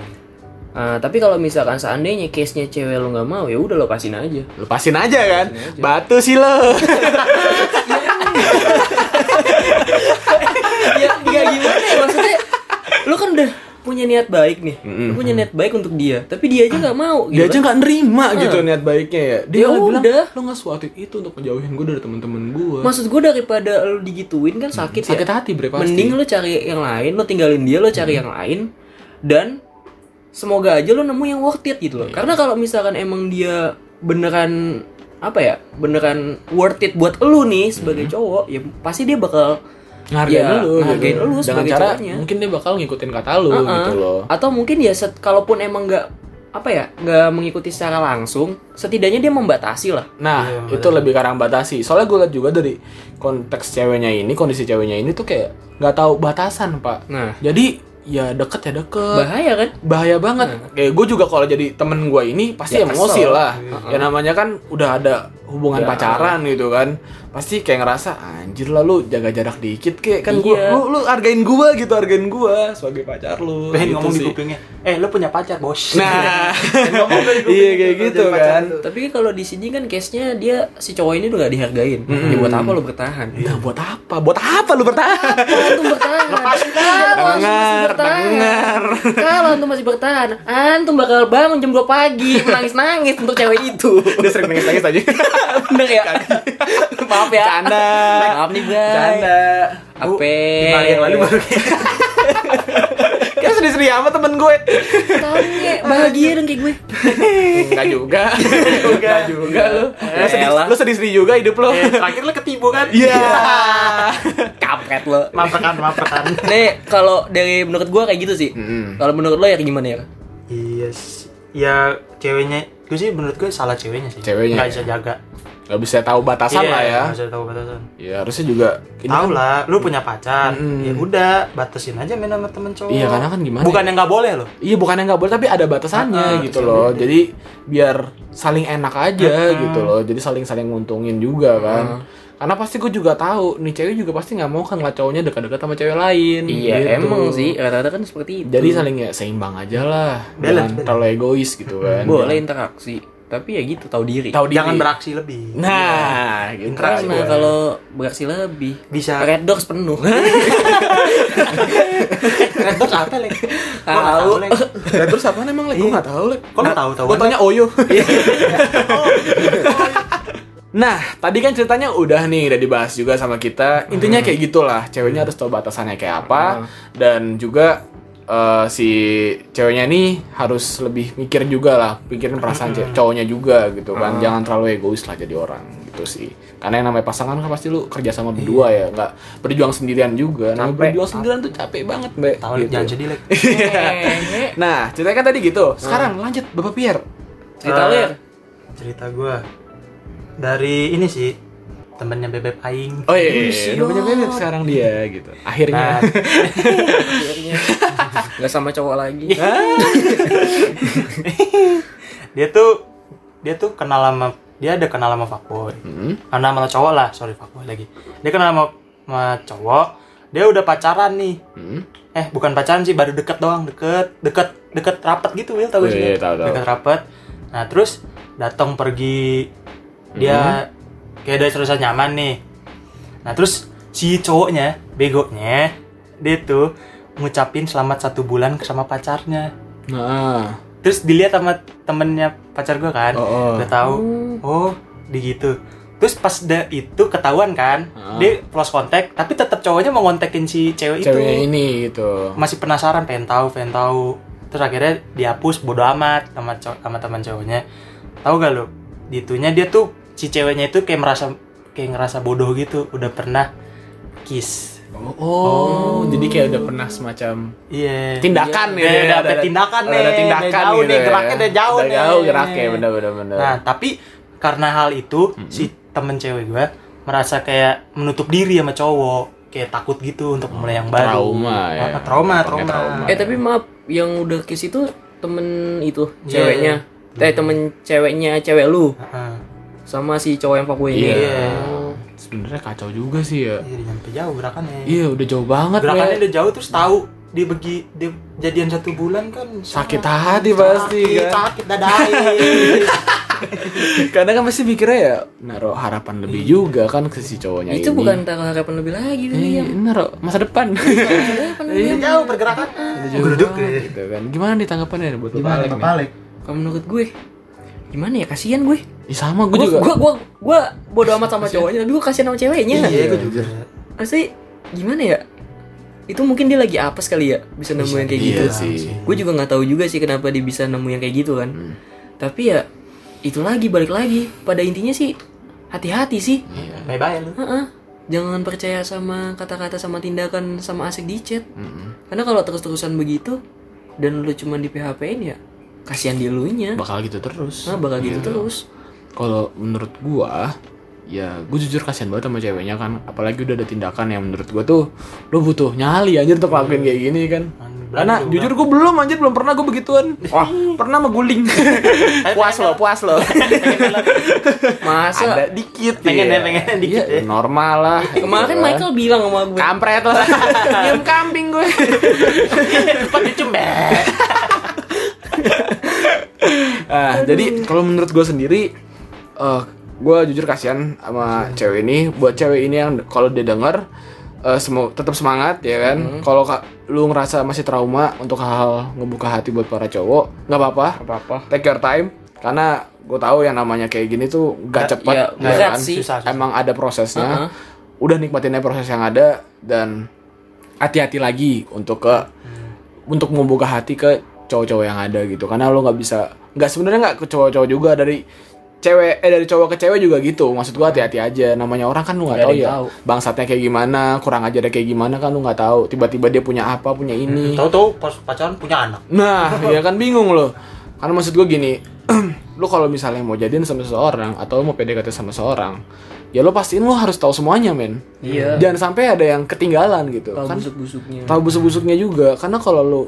[SPEAKER 4] Ah, tapi kalau misalkan seandainya case-nya cewek lu nggak mau ya udah lo pasin aja.
[SPEAKER 6] Lepasin aja kan? Batu sih lo.
[SPEAKER 4] ya nggak gimana ya maksudnya lu kan udah punya niat baik nih Lu punya niat baik untuk dia tapi dia aja nggak mau
[SPEAKER 6] <laughs>
[SPEAKER 4] gitu
[SPEAKER 6] Hmm. Dia aja
[SPEAKER 4] kan.
[SPEAKER 6] nggak nerima gitu niat baiknya ya. Dia
[SPEAKER 4] Ya
[SPEAKER 6] malah bilang,
[SPEAKER 4] udah.
[SPEAKER 6] lo nggak suatu itu untuk menjauhin gue dari temen-temen gue.
[SPEAKER 4] maksud gue daripada lu digituin kan sakit
[SPEAKER 6] Hmm. Sakit
[SPEAKER 4] ya
[SPEAKER 6] hati bre pasti. Hmm.
[SPEAKER 4] mending lu cari yang lain lu tinggalin dia lu cari yang lain dan semoga aja lu nemu yang worth it gitu loh
[SPEAKER 6] Iya.
[SPEAKER 4] karena kalau misalkan emang dia beneran apa ya beneran worth it buat lu nih sebagai cowok ya pasti dia bakal
[SPEAKER 6] ngargain
[SPEAKER 4] ya,
[SPEAKER 6] Hmm. lu,
[SPEAKER 4] ngehargain
[SPEAKER 6] gitu.
[SPEAKER 4] lu
[SPEAKER 6] dengan
[SPEAKER 4] sebagai
[SPEAKER 6] cara
[SPEAKER 4] cowoknya.
[SPEAKER 6] mungkin dia bakal ngikutin kata lu
[SPEAKER 4] Uh-uh.
[SPEAKER 6] gitu loh.
[SPEAKER 4] Atau mungkin ya set, kalaupun emang nggak apa ya nggak mengikuti secara langsung, setidaknya dia membatasi lah.
[SPEAKER 6] Nah,
[SPEAKER 4] Iya,
[SPEAKER 6] itu lebih karang batasi. Soalnya gue liat juga dari konteks ceweknya ini, kondisi ceweknya ini tuh kayak nggak tahu batasan pak.
[SPEAKER 4] Nah.
[SPEAKER 6] Jadi ya deket ya deket.
[SPEAKER 4] Bahaya kan?
[SPEAKER 6] bahaya banget. Kayak gue juga kalau jadi temen gue ini pasti
[SPEAKER 4] Ya,
[SPEAKER 6] emosi
[SPEAKER 4] kesel.
[SPEAKER 6] lah. Ya namanya kan udah ada hubungan pacaran gitu kan pasti kayak ngerasa anjir lah lu jaga jarak dikit kek kan gua
[SPEAKER 4] Iya.
[SPEAKER 6] lu lu hargain gua gitu hargain gua sebagai pacar lu
[SPEAKER 1] <laughs> pengen
[SPEAKER 6] gitu
[SPEAKER 1] ngomong di
[SPEAKER 6] sih.
[SPEAKER 1] kupingnya eh lu punya pacar bos
[SPEAKER 6] <laughs> nah
[SPEAKER 1] Pengen ngomong dari kuping
[SPEAKER 6] iya
[SPEAKER 1] gitu,
[SPEAKER 6] kayak
[SPEAKER 1] jadi
[SPEAKER 6] gitu
[SPEAKER 1] pacar
[SPEAKER 6] kan
[SPEAKER 1] tuh.
[SPEAKER 4] Tapi kalau di sini kan case-nya dia si cowok ini udah gak dihargain.
[SPEAKER 6] Hmm.
[SPEAKER 4] Ya buat apa lo bertahan?
[SPEAKER 6] nah buat apa buat apa lu bertahan
[SPEAKER 5] Antum bertahan. Kalau antum masih
[SPEAKER 6] dengar
[SPEAKER 5] bertahan. ya.
[SPEAKER 6] dengar
[SPEAKER 5] Kalau antum masih bertahan, antum bakal bangun jam 2 pagi menangis-nangis untuk cewek itu.
[SPEAKER 6] udah sering nangis nangis aja
[SPEAKER 4] <laughs> Bener ya? <laughs> Maaf ya.
[SPEAKER 6] Bercanda.
[SPEAKER 4] Maaf nih, Bray.
[SPEAKER 6] Bercanda.
[SPEAKER 4] Apa?
[SPEAKER 1] Lima hari yang lalu baru kayak
[SPEAKER 6] Kayak sedih-sedih amat temen gue.
[SPEAKER 5] Tahun
[SPEAKER 4] <laughs>
[SPEAKER 5] bahagia dong kayak gue.
[SPEAKER 6] Enggak juga. <laughs> Enggak juga lu.
[SPEAKER 4] Eh,
[SPEAKER 6] Lu sedih-
[SPEAKER 4] Elah.
[SPEAKER 6] Lu sedih-sedih juga hidup lo.
[SPEAKER 1] eh, terakhir lu ketipu kan
[SPEAKER 6] Iya.
[SPEAKER 4] Kampret lo.
[SPEAKER 1] maafkan maafkan
[SPEAKER 4] Nih, kalau dari menurut gua kayak gitu sih.
[SPEAKER 6] Mm-mm.
[SPEAKER 4] Kalau menurut lo ya kayak gimana ya?
[SPEAKER 1] iya sih. ya ceweknya gue sih menurut gue salah ceweknya sih
[SPEAKER 6] Ceweknya,
[SPEAKER 1] nggak
[SPEAKER 6] ya?
[SPEAKER 1] bisa jaga
[SPEAKER 6] Gak bisa tahu batasan
[SPEAKER 1] Iya,
[SPEAKER 6] lah ya.
[SPEAKER 1] nggak bisa tahu batasan
[SPEAKER 6] Ya harusnya juga ini kan
[SPEAKER 1] tahu lah lu punya pacar
[SPEAKER 6] Mm-mm.
[SPEAKER 1] ya udah batasin aja main sama temen cowok
[SPEAKER 6] Iya, karena kan gimana
[SPEAKER 1] Oh. bukan
[SPEAKER 6] ya?
[SPEAKER 1] yang nggak boleh loh
[SPEAKER 6] Iya bukannya nggak boleh tapi ada batasannya gitu loh. Jadi biar saling enak aja gitu loh. Jadi saling saling nguntungin juga kan. Karena pasti gue juga tahu nih cewek juga pasti nggak mau kan lah cowoknya dekat-dekat sama cewek lain. gitu.
[SPEAKER 4] Iya, emang sih rata-rata kan seperti itu.
[SPEAKER 6] Jadi saling ya seimbang aja lah.
[SPEAKER 1] Balance,
[SPEAKER 6] Jangan terlalu egois gitu kan.
[SPEAKER 4] boleh interaksi, tapi ya gitu tahu diri.
[SPEAKER 6] Tahu diri.
[SPEAKER 1] jangan beraksi lebih
[SPEAKER 6] Nah, gitu.
[SPEAKER 1] Interaksi.
[SPEAKER 4] Karena kalau beraksi lebih
[SPEAKER 1] Bisa.
[SPEAKER 4] Red Doors <laughs> penuh.
[SPEAKER 1] Red Doors apa lek Gua nggak
[SPEAKER 4] Tahu.
[SPEAKER 1] Lek.
[SPEAKER 6] Dan terus apa emang lek? Gue nggak tahu lek.
[SPEAKER 1] Iya. Kok nggak Iya. tahu tahu?
[SPEAKER 6] Gue tanya
[SPEAKER 1] <laughs>
[SPEAKER 6] Oyo. Nah, tadi kan ceritanya udah nih udah dibahas juga sama kita. Intinya
[SPEAKER 1] Mm-hmm.
[SPEAKER 6] kayak gitulah, ceweknya harus tahu batasannya kayak
[SPEAKER 1] Iya.
[SPEAKER 6] apa dan juga eh, si ceweknya ini harus lebih mikir juga lah, pikirin perasaan
[SPEAKER 1] Mm-hmm.
[SPEAKER 6] ce- cowoknya juga gitu kan.
[SPEAKER 1] Ah.
[SPEAKER 6] Jangan terlalu egois lah jadi orang gitu sih. Karena yang namanya pasangan kan pasti lu kerja sama berdua ya,
[SPEAKER 1] Iya.
[SPEAKER 6] nggak berjuang sendirian juga. Namanya berjuang sendirian tuh capek banget, Mbak.
[SPEAKER 1] Tahu Lek.
[SPEAKER 6] Gitu.
[SPEAKER 1] jangan sedih lek
[SPEAKER 6] Nah, ceritanya kan tadi gitu. Sekarang lanjut Bapak Pierre.
[SPEAKER 4] Cerita lo ya.
[SPEAKER 1] cerita gue dari ini sih temennya bebek aing
[SPEAKER 6] Oh iya, iya, udah punya bebek sekarang dia gitu.
[SPEAKER 1] Nah,
[SPEAKER 6] Akhirnya.
[SPEAKER 4] Gak sama cowok lagi.
[SPEAKER 1] dia tuh dia tuh kenal sama dia ada kenal sama fuckboy
[SPEAKER 6] Hmm.
[SPEAKER 1] kenal sama cowok lah sorry fuckboy lagi dia kenal sama, sama cowok dia udah pacaran nih
[SPEAKER 6] Hmm.
[SPEAKER 1] eh bukan pacaran sih baru deket doang deket deket deket rapat gitu Will tau gak sih
[SPEAKER 6] Iya, iya,
[SPEAKER 1] Will?
[SPEAKER 6] tahu, tahu.
[SPEAKER 1] deket rapat nah terus datang pergi dia
[SPEAKER 6] Hmm.
[SPEAKER 1] kayak udah selesai nyaman nih nah terus si cowoknya begonya dia tuh ngucapin selamat satu bulan sama pacarnya
[SPEAKER 6] <laughs> Nah,
[SPEAKER 1] terus dilihat sama temennya pacar gue kan
[SPEAKER 6] Oh, oh.
[SPEAKER 1] udah tahu oh di gitu terus pas da itu ketahuan kan
[SPEAKER 6] Ah.
[SPEAKER 1] dia close contact tapi tetap cowoknya mau ngontekin si cewek
[SPEAKER 6] ceweknya
[SPEAKER 1] itu
[SPEAKER 6] ini gitu.
[SPEAKER 1] masih penasaran pengen tahu pengen tahu terus akhirnya dihapus bodo amat sama cow- sama teman cowoknya tahu gak lo ditunya dia tuh si ceweknya itu kayak merasa kayak ngerasa bodoh gitu udah pernah kiss
[SPEAKER 6] Oh, jadi kayak udah pernah semacam
[SPEAKER 1] iya
[SPEAKER 6] tindakan
[SPEAKER 1] Iya,
[SPEAKER 6] ya.
[SPEAKER 1] udah ada tindakan
[SPEAKER 6] udah
[SPEAKER 1] nih,
[SPEAKER 6] ada
[SPEAKER 1] udah
[SPEAKER 6] tindakan
[SPEAKER 1] jauh
[SPEAKER 6] gitu
[SPEAKER 1] nih,
[SPEAKER 6] ya.
[SPEAKER 1] geraknya udah jauh
[SPEAKER 6] Udah
[SPEAKER 1] nih.
[SPEAKER 6] jauh geraknya bener bener bener.
[SPEAKER 1] Nah, tapi karena hal itu si temen cewek gue merasa kayak menutup diri sama cowok, kayak takut gitu untuk mulai yang
[SPEAKER 6] Oh,
[SPEAKER 1] baru.
[SPEAKER 6] trauma ya.
[SPEAKER 1] Ah, trauma,
[SPEAKER 6] Pakai
[SPEAKER 1] trauma.
[SPEAKER 6] trauma.
[SPEAKER 4] Eh tapi maaf, yang udah kiss itu temen itu
[SPEAKER 6] Iya.
[SPEAKER 4] ceweknya. Eh temen ceweknya cewek lu
[SPEAKER 1] Heeh.
[SPEAKER 4] sama si cowok yang fuckboy ini.
[SPEAKER 6] Iya.
[SPEAKER 1] Iya.
[SPEAKER 6] Sebenarnya kacau juga sih ya.
[SPEAKER 1] Jadi nyampe jauh gerakannya.
[SPEAKER 6] Iya, udah jauh banget.
[SPEAKER 1] Gerakannya
[SPEAKER 6] Bre.
[SPEAKER 1] udah jauh terus tahu dia begi dia jadian satu bulan kan
[SPEAKER 6] Sakit hati pasti
[SPEAKER 1] sakit,
[SPEAKER 6] kan. Iya.
[SPEAKER 1] sakit
[SPEAKER 6] <laughs>
[SPEAKER 1] dadain.
[SPEAKER 6] Kadang kan pasti mikirnya ya naruh harapan lebih juga kan ke si cowoknya
[SPEAKER 4] Itu
[SPEAKER 6] ini.
[SPEAKER 4] bukan taruh harapan lebih lagi tuh
[SPEAKER 6] Iya,
[SPEAKER 4] dia.
[SPEAKER 6] naruh masa depan.
[SPEAKER 1] Iya, jauh pergerakan. Geruduk deh.
[SPEAKER 6] <laughs> gitu kan. Gimana nih tanggapannya buat Bapak Alek nih?
[SPEAKER 1] Balik.
[SPEAKER 4] Kalau menurut gue gimana ya kasihan gue.
[SPEAKER 6] Ih, sama gue
[SPEAKER 4] Gue
[SPEAKER 6] juga.
[SPEAKER 4] gue gue gue bodo amat sama cowoknya tapi gue kasihan sama ceweknya.
[SPEAKER 1] Iya, gue juga.
[SPEAKER 4] Pasti gimana ya? Itu mungkin dia lagi apes kali ya bisa nemu yang kayak gitu.
[SPEAKER 6] Iya sih.
[SPEAKER 4] Gue juga nggak tahu juga sih kenapa dia bisa nemu yang kayak gitu kan.
[SPEAKER 6] Hmm.
[SPEAKER 4] Tapi ya itu lagi balik lagi pada intinya sih hati-hati sih.
[SPEAKER 6] Iya.
[SPEAKER 1] Bye bye lu.
[SPEAKER 4] Heeh. Jangan percaya sama kata-kata sama tindakan sama asik di chat.
[SPEAKER 6] Hmm.
[SPEAKER 4] Karena kalau terus-terusan begitu dan lu cuman di PHP-in ya kasihan di elunya.
[SPEAKER 6] Bakal gitu terus.
[SPEAKER 4] Nah, bakal gitu terus.
[SPEAKER 6] Kalau menurut gua
[SPEAKER 2] ya gue jujur kasihan banget sama ceweknya kan apalagi udah ada tindakan yang menurut gue tuh lo butuh nyali anjir untuk ngelakuin kayak gini kan
[SPEAKER 6] Karena jujur gue belum anjir belum pernah gue begituan. Wah, pernah <laughs> mengguling.
[SPEAKER 4] Puas lo, puas lo.
[SPEAKER 6] <laughs>
[SPEAKER 4] Masa?
[SPEAKER 6] Ada dikit
[SPEAKER 1] Pengen ya, pengen dikit
[SPEAKER 6] Iya,
[SPEAKER 1] ya.
[SPEAKER 6] normal lah.
[SPEAKER 5] Kemarin
[SPEAKER 6] Iya.
[SPEAKER 5] Michael bilang sama gue.
[SPEAKER 6] kampret lah. <laughs> Nyium kambing gue.
[SPEAKER 1] Cepat dicembek.
[SPEAKER 6] <laughs> Ah, jadi kalau menurut gue sendiri eh gue jujur kasihan sama cewek ini buat cewek ini yang kalau dia denger eh semo- tetap semangat ya kan kalau ka- lu ngerasa masih trauma untuk hal-hal ngebuka hati buat para cowok nggak apa-apa
[SPEAKER 4] Apa-apa.
[SPEAKER 6] take your time karena gue tahu yang namanya kayak gini tuh gak cepet
[SPEAKER 4] iya,
[SPEAKER 6] ya
[SPEAKER 4] berat
[SPEAKER 6] kan?
[SPEAKER 4] sih.
[SPEAKER 1] Susah, susah.
[SPEAKER 6] emang ada prosesnya udah nikmatinnya proses yang ada dan hati-hati lagi untuk ke untuk membuka hati ke cowok-cowok yang ada gitu karena lo nggak bisa nggak sebenarnya nggak ke cowok-cowok juga dari cewek eh dari cowok ke cewek juga gitu maksud gua hati-hati aja namanya orang kan lu nggak
[SPEAKER 4] Nggak
[SPEAKER 6] tahu
[SPEAKER 4] ada yang
[SPEAKER 6] ya
[SPEAKER 4] tahu.
[SPEAKER 6] bangsatnya kayak gimana kurang ajarnya kayak gimana kan lu nggak tahu tiba-tiba dia punya apa punya ini
[SPEAKER 1] Tahu-tahu pas pacaran punya anak.
[SPEAKER 6] Nah, ya kan bingung loh. Karena maksud gue gini, <clears throat> lo kalau misalnya mau jadian sama seseorang atau lo mau PDKT sama seseorang, ya lo pastiin lo harus tahu semuanya, men.
[SPEAKER 4] Iya.
[SPEAKER 6] Jangan sampai ada yang ketinggalan gitu.
[SPEAKER 4] Tahu
[SPEAKER 6] kan
[SPEAKER 4] busuk-busuknya.
[SPEAKER 6] tahu busuk-busuknya juga. Karena kalau lo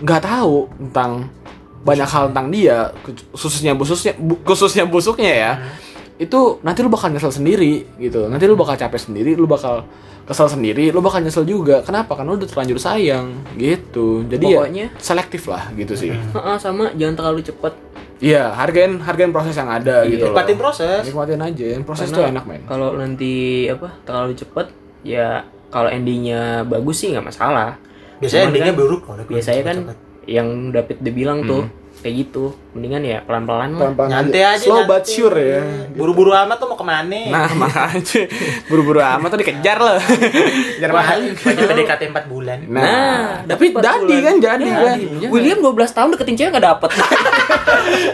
[SPEAKER 6] nggak tahu tentang banyak hal tentang dia, khususnya busuknya, bu- khususnya busuknya ya, itu nanti lu bakal nyesel sendiri gitu. Nanti lu bakal capek sendiri, lu bakal kesel sendiri, lu bakal nyesel juga. Kenapa? Karena lu udah terlanjur sayang gitu. Jadi
[SPEAKER 4] Pokoknya-
[SPEAKER 6] ya
[SPEAKER 4] Hmm.
[SPEAKER 6] selektif lah gitu sih.
[SPEAKER 4] Heeh, sama jangan terlalu cepat.
[SPEAKER 6] Iya, hargain hargain proses yang ada gitu. loh.
[SPEAKER 1] Nikmatin proses.
[SPEAKER 6] Nikmatin aja, yang proses tuh
[SPEAKER 4] Karena
[SPEAKER 6] enak men.
[SPEAKER 4] Kalau nanti apa terlalu cepat ya kalau endingnya bagus sih nggak masalah. Cuman
[SPEAKER 1] Biasanya endingnya
[SPEAKER 4] kan-
[SPEAKER 1] buruk kalau
[SPEAKER 4] Biasanya kan
[SPEAKER 1] cepet-cepet.
[SPEAKER 4] yang David udah bilang tuh kayak gitu. Mendingan ya pelan-pelan lah.
[SPEAKER 6] Pelan-pelan
[SPEAKER 1] nyantai aja.
[SPEAKER 6] Slow
[SPEAKER 1] nyantai.
[SPEAKER 6] but sure ya.
[SPEAKER 1] Buru-buru amat tuh mau kemana?
[SPEAKER 6] Nah, makanya buru-buru amat tuh dikejar loh. Kejar mahal.
[SPEAKER 1] <laughs> Banyak PDKT 4 bulan.
[SPEAKER 6] Nah,
[SPEAKER 4] tapi
[SPEAKER 6] tapi jadi kan jadi kan.
[SPEAKER 4] Eh, William 12 tahun deketin cewek gak dapet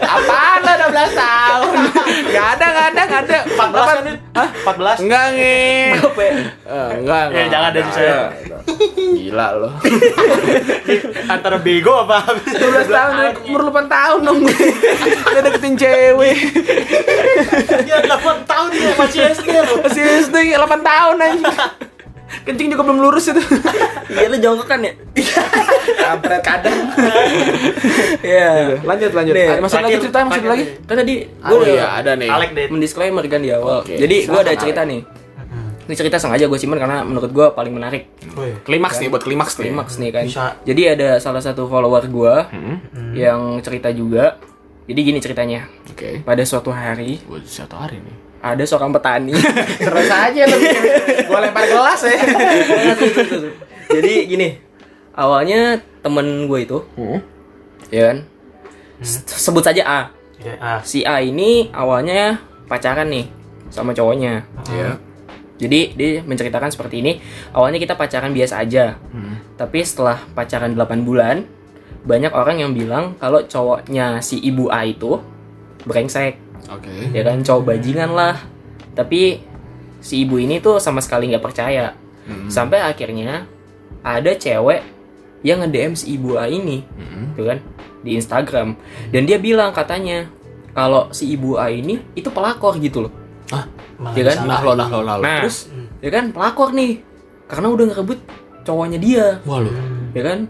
[SPEAKER 6] Apaan lo 12 <laughs> tahun? Gak ada, gak ada, gak ada.
[SPEAKER 1] 14 kan? Hah? 14?
[SPEAKER 6] Enggak nih. Eh, enggak,
[SPEAKER 1] Eh,
[SPEAKER 6] enggak.
[SPEAKER 1] jangan deh,
[SPEAKER 6] Enggak,
[SPEAKER 1] saya.
[SPEAKER 6] enggak, enggak. Gila lo.
[SPEAKER 1] Antara bego apa habis?
[SPEAKER 6] 12 tahun dari umur 8 tahun dong. Dia deketin cewek.
[SPEAKER 1] Ya 8 tahun dia masih SD loh.
[SPEAKER 6] Masih SD 8 tahun anjing. Kencing juga belum lurus itu.
[SPEAKER 4] <laughs> Iya lu jongkokan ya
[SPEAKER 6] Kampret kadang.
[SPEAKER 4] Iya
[SPEAKER 6] Lanjut lanjut.
[SPEAKER 4] Nih,
[SPEAKER 6] Ah, Maksud lagi
[SPEAKER 1] terakhir,
[SPEAKER 6] cerita maksud
[SPEAKER 1] terakhir.
[SPEAKER 6] lagi.
[SPEAKER 4] Kan tadi gue
[SPEAKER 6] Oh
[SPEAKER 4] udah
[SPEAKER 6] iya, ada nih.
[SPEAKER 1] Alek deh.
[SPEAKER 4] mendisklaimer kan di awal
[SPEAKER 6] Oke.
[SPEAKER 4] Jadi gue ada
[SPEAKER 6] Silakan,
[SPEAKER 4] cerita nih Ini cerita sengaja gue simpen karena menurut gue paling menarik
[SPEAKER 1] Woi.
[SPEAKER 6] Klimaks nih buat klimaks nih.
[SPEAKER 4] Klimaks nih kan
[SPEAKER 1] Bisa.
[SPEAKER 4] Jadi ada salah satu follower gue Yang cerita juga Jadi gini ceritanya
[SPEAKER 6] Oke.
[SPEAKER 4] Pada suatu hari
[SPEAKER 6] Buat satu hari nih.
[SPEAKER 4] Ada seorang petani
[SPEAKER 6] <laughs> Terus aja lebih. Gua lempar gelas ya.
[SPEAKER 4] <laughs> Jadi gini Awalnya temen gue itu Ya kan Se- Sebut saja A
[SPEAKER 1] Ya, ah.
[SPEAKER 4] si A ini awalnya pacaran nih sama cowoknya.
[SPEAKER 6] Iya.
[SPEAKER 4] Jadi dia menceritakan seperti ini, awalnya kita pacaran biasa aja. Tapi setelah pacaran 8 bulan, banyak orang yang bilang kalau cowoknya si ibu A itu brengsek,
[SPEAKER 6] Oke.
[SPEAKER 4] ya kan cowok bajingan lah. Tapi si ibu ini tuh sama sekali nggak percaya. Sampai akhirnya ada cewek yang nge-DM si ibu A ini gitu kan di Instagram dan dia bilang katanya kalau si ibu A ini itu pelakor gitu loh
[SPEAKER 1] Malah
[SPEAKER 4] ya kan
[SPEAKER 6] Nah, lo nah lo nah lo.
[SPEAKER 4] nah
[SPEAKER 6] Terus
[SPEAKER 4] ya kan pelakor nih karena udah ngerebut cowoknya dia
[SPEAKER 6] wah lo.
[SPEAKER 4] ya kan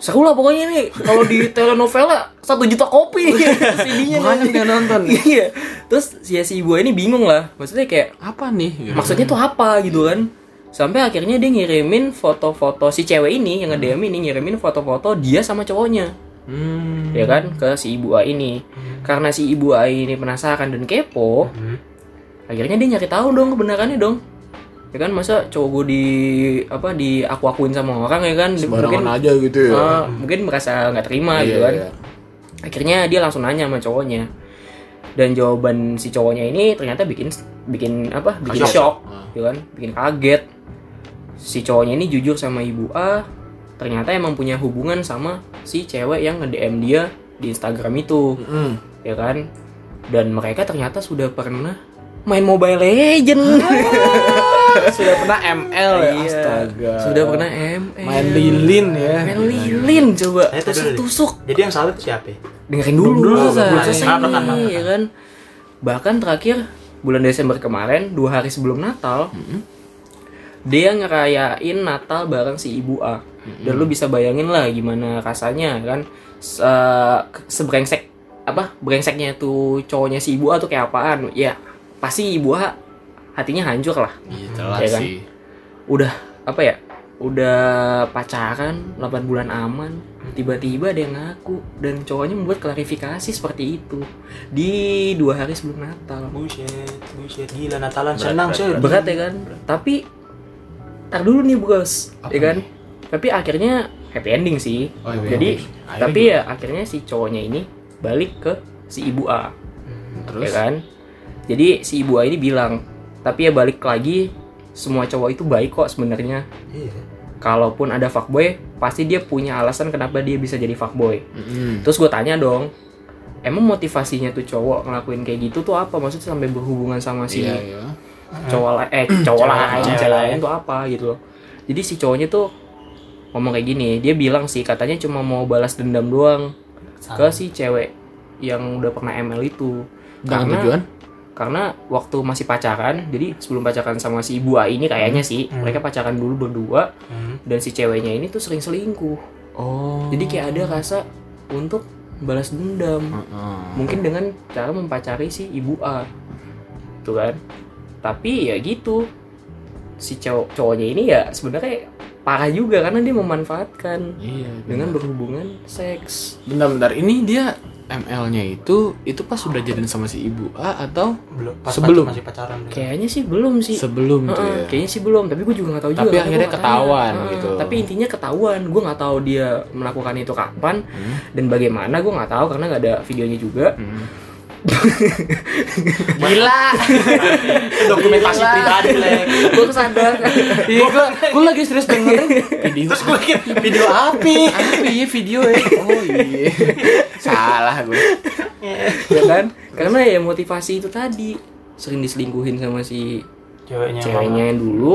[SPEAKER 4] seru lah pokoknya nih kalau di telenovela satu juta kopi nih CD-nya
[SPEAKER 6] Makanya
[SPEAKER 4] nih.
[SPEAKER 6] nggak nonton.
[SPEAKER 4] iya terus si si ibu A ini bingung lah maksudnya kayak
[SPEAKER 6] Apa nih? Gitu.
[SPEAKER 4] maksudnya tuh apa gitu kan sampai akhirnya dia ngirimin foto-foto si cewek ini yang nge-DM ini ngirimin foto-foto dia sama cowoknya
[SPEAKER 6] Hmm.
[SPEAKER 4] ya kan ke si ibu A ini karena si ibu A ini penasaran dan kepo
[SPEAKER 6] Hmm.
[SPEAKER 4] akhirnya dia nyari tahu dong kebenarannya dong ya kan masa cowok gue di apa di aku akuin sama orang ya kan
[SPEAKER 6] Sembarangan
[SPEAKER 4] mungkin
[SPEAKER 6] aja gitu ya. Iya,
[SPEAKER 4] eh, mungkin merasa nggak
[SPEAKER 6] ah,
[SPEAKER 4] terima gitu kan akhirnya dia langsung nanya sama cowoknya dan jawaban si cowoknya ini ternyata bikin bikin apa bikin
[SPEAKER 1] Kaget.
[SPEAKER 4] shock ya kan bikin kaget si cowoknya ini jujur sama ibu A ternyata emang punya hubungan sama si cewek yang nge-DM dia di Instagram itu
[SPEAKER 6] Hmm.
[SPEAKER 4] ya kan dan mereka ternyata sudah pernah main Mobile Legend
[SPEAKER 6] Eh, Sudah pernah ML ya.
[SPEAKER 4] Iya.
[SPEAKER 6] Astaga.
[SPEAKER 4] sudah pernah ML
[SPEAKER 6] main lilin ya.
[SPEAKER 4] main lilin coba
[SPEAKER 1] Eh, itu dulu
[SPEAKER 4] tusuk
[SPEAKER 1] deh.
[SPEAKER 4] tusuk
[SPEAKER 1] Jadi yang salah itu siapa?
[SPEAKER 4] dengerin dulu, Ah,
[SPEAKER 1] Dulu,
[SPEAKER 4] Zan.
[SPEAKER 1] belum selesai.
[SPEAKER 4] Selesai
[SPEAKER 1] Maaf,
[SPEAKER 4] nih,
[SPEAKER 1] maaf, maaf.
[SPEAKER 4] ya kan bahkan terakhir bulan Desember kemarin dua hari sebelum Natal dia ngerayain Natal bareng si ibu A dan lu bisa bayangin lah gimana rasanya kan se sebrengsek apa brengseknya tuh cowoknya si ibu A tuh kayak apaan ya pasti ibu A hatinya hancur lah
[SPEAKER 6] Iya, telat
[SPEAKER 4] Iya kan?
[SPEAKER 6] sih.
[SPEAKER 4] udah apa ya udah pacaran 8 bulan aman tiba-tiba ada yang ngaku dan cowoknya membuat klarifikasi seperti itu di dua hari sebelum Natal
[SPEAKER 1] Buset, buset gila Natalan
[SPEAKER 2] Berat,
[SPEAKER 1] senang
[SPEAKER 2] berat,
[SPEAKER 1] sih.
[SPEAKER 4] berat ya kan tapi tar dulu nih bos
[SPEAKER 6] Apa
[SPEAKER 4] ya kan
[SPEAKER 6] nih?
[SPEAKER 4] tapi akhirnya happy ending sih
[SPEAKER 6] Oh, iya,
[SPEAKER 4] jadi
[SPEAKER 6] iya. Akhirnya
[SPEAKER 4] tapi
[SPEAKER 6] gimana?
[SPEAKER 4] ya akhirnya si cowoknya ini balik ke si ibu A
[SPEAKER 6] Hmm, terus
[SPEAKER 4] ya kan jadi si ibu A ini bilang tapi ya balik lagi semua cowok itu baik kok sebenarnya
[SPEAKER 1] Iya.
[SPEAKER 4] kalaupun ada fuckboy pasti dia punya alasan kenapa dia bisa jadi fuckboy
[SPEAKER 6] Mm-mm.
[SPEAKER 4] terus gue tanya dong emang motivasinya tuh cowok ngelakuin kayak gitu tuh apa maksudnya sampai berhubungan sama si
[SPEAKER 6] Iya, iya.
[SPEAKER 4] cowok la-
[SPEAKER 1] <clears throat>
[SPEAKER 4] eh cowok lain
[SPEAKER 1] cewek
[SPEAKER 4] cewek lain
[SPEAKER 1] lain.
[SPEAKER 4] tuh apa gitu loh jadi si cowoknya tuh ngomong kayak gini dia bilang sih katanya cuma mau balas dendam doang ke
[SPEAKER 1] Sama.
[SPEAKER 4] si cewek yang udah pernah ML itu
[SPEAKER 6] Dengan
[SPEAKER 4] Karena-
[SPEAKER 6] tujuan
[SPEAKER 4] karena waktu masih pacaran jadi sebelum pacaran sama si ibu A ini kayaknya sih
[SPEAKER 1] Hmm.
[SPEAKER 4] mereka pacaran dulu berdua
[SPEAKER 1] Hmm.
[SPEAKER 4] dan si ceweknya ini tuh sering selingkuh
[SPEAKER 6] oh
[SPEAKER 4] jadi kayak ada rasa untuk balas dendam mungkin dengan cara mempacari si ibu A tuh kan tapi ya gitu si cowok cowoknya ini ya sebenarnya parah juga karena dia memanfaatkan
[SPEAKER 6] iya
[SPEAKER 4] dengan berhubungan seks
[SPEAKER 6] bentar-bentar ini dia ML-nya itu itu pas sudah jadian sama si ibu A atau
[SPEAKER 1] Belum pas
[SPEAKER 6] Sebelum.
[SPEAKER 1] pacar- masih pacaran. dia.
[SPEAKER 4] kayaknya sih belum sih
[SPEAKER 6] sebelum tuh
[SPEAKER 4] Heeh,
[SPEAKER 6] ya
[SPEAKER 4] kayaknya sih belum tapi gue juga nggak tahu juga
[SPEAKER 6] Tapi
[SPEAKER 4] karena
[SPEAKER 6] akhirnya
[SPEAKER 4] gua nggak
[SPEAKER 6] ketahuan
[SPEAKER 4] tanya. Heeh,
[SPEAKER 6] gitu.
[SPEAKER 4] tapi intinya ketahuan gue nggak tahu dia melakukan itu kapan
[SPEAKER 6] Hmm.
[SPEAKER 4] dan bagaimana gue nggak tahu karena nggak ada videonya juga
[SPEAKER 6] Hmm. <laughs>
[SPEAKER 4] gila
[SPEAKER 6] Ah,
[SPEAKER 1] Itu dokumentasi pribadi lek.
[SPEAKER 4] gue kesadar
[SPEAKER 6] <laughs>
[SPEAKER 4] <laughs>
[SPEAKER 6] Iya, gua, gua lagi serius dengerin video
[SPEAKER 1] Terus gue mikir video api.
[SPEAKER 6] apa ya video ya? Oh iya. Salah gue.
[SPEAKER 4] ya kan karena ya motivasi itu tadi sering diselingkuhin sama si
[SPEAKER 1] Ceweknya.
[SPEAKER 4] ceweknya yang dulu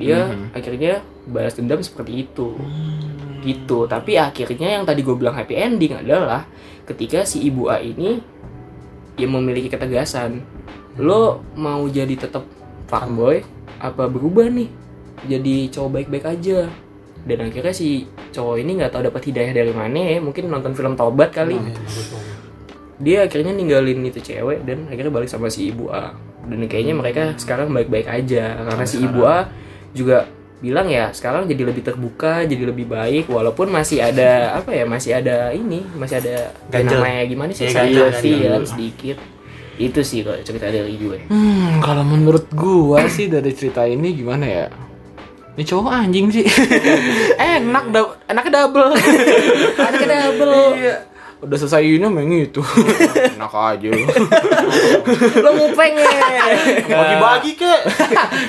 [SPEAKER 4] dia
[SPEAKER 6] Mhm.
[SPEAKER 4] akhirnya balas dendam seperti itu gitu tapi akhirnya yang tadi gue bilang happy ending adalah ketika si ibu A ini dia memiliki ketegasan lo mau jadi tetap fuckboy apa berubah nih jadi cowok baik-baik aja dan akhirnya si cowok ini nggak tahu dapat hidayah dari mana ya mungkin nonton film taubat kali
[SPEAKER 1] Iya, bagus, bagus.
[SPEAKER 4] dia akhirnya ninggalin itu cewek dan akhirnya balik sama si ibu A dan kayaknya mereka sekarang baik-baik aja karena si ibu A juga bilang ya sekarang jadi lebih terbuka jadi lebih baik walaupun masih ada apa ya masih ada ini masih ada
[SPEAKER 1] Ganjel.
[SPEAKER 4] namanya gimana sih
[SPEAKER 1] Iya,
[SPEAKER 4] ganjel,
[SPEAKER 1] ganjel,
[SPEAKER 4] sih
[SPEAKER 1] ganjel.
[SPEAKER 4] ya, sedikit itu sih kalau cerita dari gue
[SPEAKER 6] Hmm, kalau menurut gua sih dari cerita ini gimana ya? Ini cowok anjing sih. <laughs> Enak dou- enaknya double. Iya.
[SPEAKER 4] ada double
[SPEAKER 6] Udah selesai ini main itu. <laughs> Enak aja.
[SPEAKER 4] lo ngupeng ya
[SPEAKER 1] Bagi-bagi kek.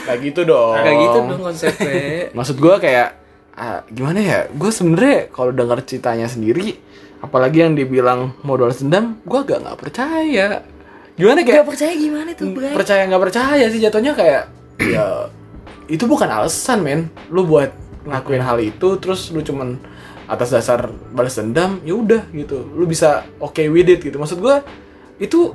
[SPEAKER 6] Kayak gitu dong.
[SPEAKER 4] kayak gitu dong konsepnya
[SPEAKER 6] Maksud gua kayak ah, gimana ya? Gue sebenernya kalau dengar ceritanya sendiri, apalagi yang dibilang modal dendam, gua agak nggak percaya. Gimana kayak
[SPEAKER 5] Gak percaya gimana tuh Bray?
[SPEAKER 6] percaya nggak percaya sih jatuhnya kayak ya itu bukan alasan men lu buat ngelakuin hal itu terus lu cuman atas dasar balas dendam ya udah gitu lu bisa okay with it gitu maksud gua itu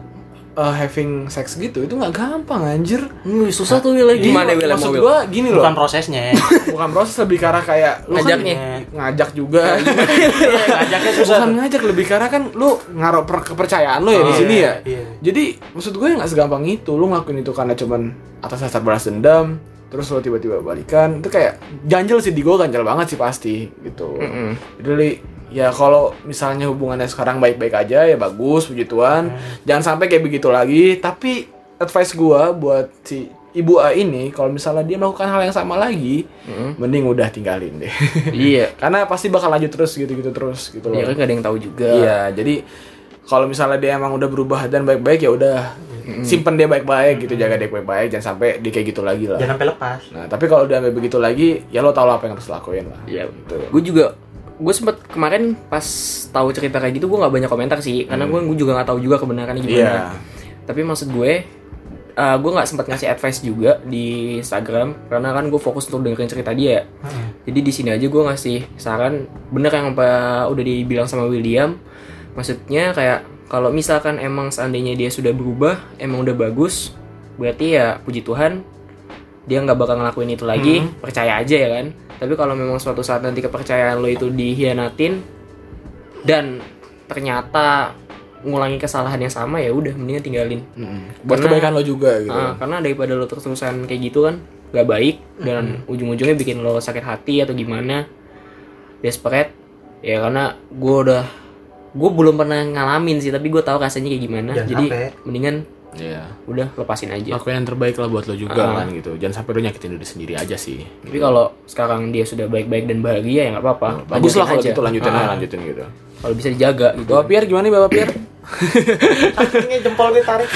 [SPEAKER 6] uh, having sex gitu itu nggak gampang anjir
[SPEAKER 4] Wih, susah tuh Wil gimana
[SPEAKER 6] Iya,
[SPEAKER 4] Wil
[SPEAKER 6] maksud
[SPEAKER 4] mau Wil
[SPEAKER 6] gua gini loh
[SPEAKER 1] Bukan <laughs> prosesnya.
[SPEAKER 6] bukan proses lebih ke arah kayak lu kan
[SPEAKER 4] Ngajaknya.
[SPEAKER 6] ngajak juga
[SPEAKER 1] Iya, Ngajaknya susah.
[SPEAKER 6] bukan ngajak lebih karena kan lu ngaruh per- kepercayaan lu ya di
[SPEAKER 1] Oh,
[SPEAKER 6] sini
[SPEAKER 1] iya,
[SPEAKER 6] ya.
[SPEAKER 1] iya.
[SPEAKER 6] Jadi maksud gue nggak segampang itu lu ngelakuin itu karena cuman atas dasar balas dendam terus lu tiba-tiba balikan itu kayak ganjel sih di gue ganjel banget sih pasti gitu.
[SPEAKER 4] Mm-mm.
[SPEAKER 6] Jadi li- ya kalau misalnya hubungannya sekarang baik-baik aja ya bagus puji Tuhan.
[SPEAKER 1] Mm.
[SPEAKER 6] Jangan sampai kayak begitu lagi tapi advice gue buat si Ibu A ini kalau misalnya dia melakukan hal yang sama lagi, mending udah tinggalin deh.
[SPEAKER 4] <laughs>
[SPEAKER 6] <laughs>
[SPEAKER 4] iya
[SPEAKER 6] Karena pasti bakal lanjut terus gitu-gitu terus gitu loh.
[SPEAKER 4] ya kan gak ada yang tahu juga
[SPEAKER 6] Iya, jadi kalau misalnya dia emang udah berubah dan baik-baik ya udah simpen dia baik-baik gitu, jaga dia baik-baik, jangan sampai dia kayak gitu lagi lah.
[SPEAKER 1] Jangan sampai lepas.
[SPEAKER 6] Nah, tapi kalau dia sampai begitu lagi, ya lo tau lah apa yang harus lakuin lah.
[SPEAKER 4] Iya.
[SPEAKER 6] Gitu.
[SPEAKER 4] Gue juga gue sempet kemarin pas tahu cerita kayak gitu gue nggak banyak komentar sih karena gue gue juga nggak tahu juga kebenarannya gimana.
[SPEAKER 6] Iya.
[SPEAKER 4] Tapi maksud gue eh, gue nggak sempat ngasih advice juga di Instagram karena kan gue fokus untuk dengerin cerita dia. Jadi di sini aja gue ngasih saran bener yang apa udah dibilang sama William. Maksudnya kayak kalau misalkan emang seandainya dia sudah berubah, emang udah bagus, berarti ya puji Tuhan dia nggak bakal ngelakuin itu lagi percaya aja ya kan tapi kalau memang suatu saat nanti kepercayaan lo itu dihianatin dan ternyata ngulangi kesalahan yang sama ya udah mendingan tinggalin
[SPEAKER 2] buat
[SPEAKER 4] Karena-
[SPEAKER 2] kebaikan lo juga gitu
[SPEAKER 6] ya.
[SPEAKER 4] Ah, karena daripada lo terus-terusan kayak gitu kan nggak baik dan ujung-ujungnya bikin lo sakit hati atau gimana desperate ya karena gue udah gue belum pernah ngalamin sih tapi gue tahu rasanya kayak gimana
[SPEAKER 1] Jangan
[SPEAKER 4] jadi
[SPEAKER 6] ya?
[SPEAKER 1] sampai.
[SPEAKER 4] mendingan
[SPEAKER 6] Iya.
[SPEAKER 4] udah lepasin aja
[SPEAKER 6] Lakuin yang terbaik lah buat lo juga
[SPEAKER 4] Ah.
[SPEAKER 6] kan gitu. Jangan sampai lo nyakitin diri sendiri aja sih.
[SPEAKER 4] tapi kalau sekarang dia sudah baik-baik dan bahagia ya nggak apa-apa
[SPEAKER 6] Bagus lah
[SPEAKER 4] Lanjutin
[SPEAKER 6] kalau
[SPEAKER 4] aja.
[SPEAKER 6] gitu lanjutin
[SPEAKER 4] Ah,
[SPEAKER 6] aja lanjutin gitu.
[SPEAKER 4] kalau bisa dijaga gitu
[SPEAKER 6] Bapak Pierre gimana nih Bapak
[SPEAKER 4] <laughs>
[SPEAKER 6] Pierre?
[SPEAKER 1] Ini jempol gue tarik.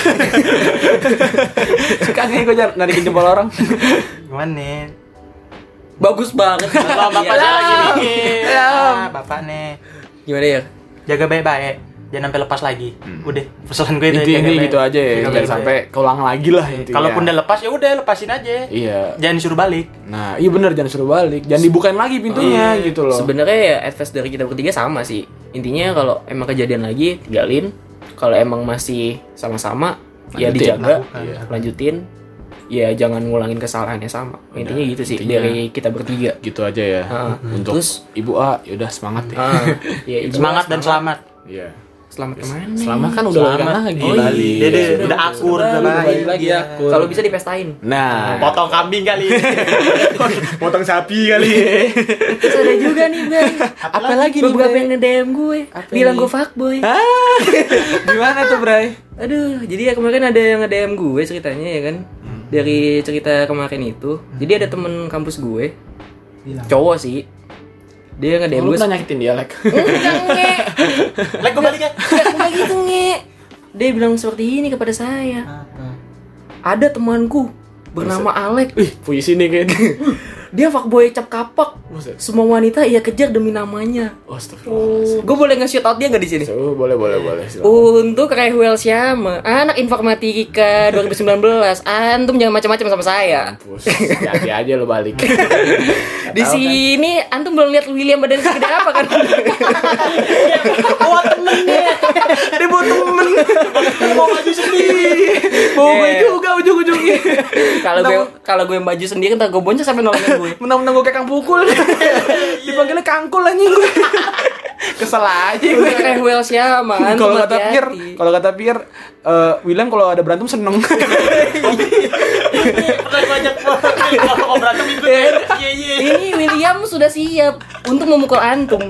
[SPEAKER 6] Suka nih gue jar- narikin jempol orang.
[SPEAKER 1] Gimana nih?
[SPEAKER 4] bagus banget
[SPEAKER 1] Bapak
[SPEAKER 4] Iya.
[SPEAKER 1] lagi nih. Ah, Bapak nih.
[SPEAKER 4] gimana ya
[SPEAKER 1] Jaga baik-baik. Jangan sampai lepas lagi. Udah, pesan gue
[SPEAKER 6] Hmm.
[SPEAKER 1] itu.
[SPEAKER 6] Inti
[SPEAKER 1] jaga
[SPEAKER 6] ini
[SPEAKER 1] baik.
[SPEAKER 6] gitu aja Iya. ya.
[SPEAKER 1] Jaga
[SPEAKER 6] Jangan
[SPEAKER 1] baik-baik.
[SPEAKER 6] sampai keulang lagi lah intinya.
[SPEAKER 1] Kalaupun udah lepas ya udah lepasin aja.
[SPEAKER 6] Iya.
[SPEAKER 1] Jangan disuruh balik.
[SPEAKER 6] Nah, iya bener jangan suruh balik, jangan dibukain lagi pintunya gitu loh.
[SPEAKER 4] Sebenarnya ya advice dari kita bertiga sama sih. Intinya kalau emang kejadian lagi tinggalin. Kalau emang masih sama-sama ya
[SPEAKER 6] Lanjutin.
[SPEAKER 4] dijaga,
[SPEAKER 1] Lakukan.
[SPEAKER 6] Iya.
[SPEAKER 4] lanjutin. Ya jangan ngulangin kesalahannya sama. Intinya
[SPEAKER 1] Iya,
[SPEAKER 4] gitu sih
[SPEAKER 6] intinya.
[SPEAKER 4] dari kita bertiga.
[SPEAKER 6] gitu aja ya.
[SPEAKER 4] Ah,
[SPEAKER 6] Untuk
[SPEAKER 4] terus-
[SPEAKER 6] Ibu A, yaudah semangat ya.
[SPEAKER 4] Ah, ya, ibu,
[SPEAKER 1] Semangat dan selamat.
[SPEAKER 6] <laughs> Iya.
[SPEAKER 4] selamat kemana?
[SPEAKER 6] Selamat kan udah
[SPEAKER 1] Selamat.
[SPEAKER 6] lagi lagi.
[SPEAKER 1] Oh, iya. Dede,
[SPEAKER 6] Sudah.
[SPEAKER 1] udah akur, udah
[SPEAKER 4] Balik
[SPEAKER 1] baik.
[SPEAKER 4] lagi
[SPEAKER 1] Iya.
[SPEAKER 4] Kalau bisa dipestain.
[SPEAKER 6] Nah,
[SPEAKER 3] Potong kambing
[SPEAKER 1] <laughs>
[SPEAKER 3] kali.
[SPEAKER 6] potong sapi kali.
[SPEAKER 4] Terus ada juga nih bang.
[SPEAKER 6] Apa lagi nih,
[SPEAKER 4] Beberapa
[SPEAKER 6] Bray? Ah,
[SPEAKER 4] yang nge-DM gue, bilang gue fuckboy.
[SPEAKER 6] <laughs> Gimana tuh, Bray?
[SPEAKER 4] Aduh, jadi ya kemarin ada yang nge-DM gue ceritanya ya kan.
[SPEAKER 6] Hmm.
[SPEAKER 4] Dari cerita kemarin itu. Jadi ada temen kampus gue.
[SPEAKER 6] Iya.
[SPEAKER 4] Cowok sih. Dia
[SPEAKER 6] ya, Oh,
[SPEAKER 4] nge-DM
[SPEAKER 2] lu
[SPEAKER 4] gue. <laughs>
[SPEAKER 2] pernah nyakitin dia like
[SPEAKER 5] Enggak, nge.
[SPEAKER 1] Lek gue balik ya.
[SPEAKER 5] Enggak, bukan gitu, nge. Dia bilang seperti ini kepada
[SPEAKER 6] Ah,
[SPEAKER 5] saya.
[SPEAKER 4] Ada temanku bernama Alek.
[SPEAKER 6] Eh? <laughs>
[SPEAKER 2] ih puisi nih kayaknya
[SPEAKER 4] Dia fuckboy cap kapak.
[SPEAKER 2] Buset.
[SPEAKER 4] Semua wanita ia kejar demi namanya.
[SPEAKER 6] Oh,
[SPEAKER 2] astagfirullah
[SPEAKER 4] Gue boleh nge-shoot out dia nggak di sini?
[SPEAKER 2] Oh, boleh boleh boleh
[SPEAKER 6] Eh?
[SPEAKER 2] silakan.
[SPEAKER 4] Untuk Rehuel Syama, anak informatika 2019, antum jangan macam-macam sama saya.
[SPEAKER 2] Mampus. hati aja lo balik
[SPEAKER 6] <laughs>
[SPEAKER 4] Di sini antum belum lihat William badan segede apa <laughs> kan?
[SPEAKER 1] Bawa temen deh.
[SPEAKER 4] Dia bawa temen.
[SPEAKER 1] Mau maju sendiri.
[SPEAKER 4] Bawa gue juga ujung-ujungnya. Iya. Kalau gue kalau gue maju sendiri ntar gue bonceng sampai nolongin gue. Iya.
[SPEAKER 6] Menang-menang gue kayak kang pukul. Dipanggilnya kangkul anjing gue. Kesel aja gue.
[SPEAKER 4] Iya, Kayak well siapa? antum
[SPEAKER 6] Kalau kata
[SPEAKER 4] hati-hati.
[SPEAKER 6] Pier, kalau kata Pier, eh, William kalau ada berantem seneng.
[SPEAKER 1] Pernah banyak banget. nih, Kalau berantem ikut. ya. Iya iya.
[SPEAKER 5] Ini William sudah siap untuk memukul antum.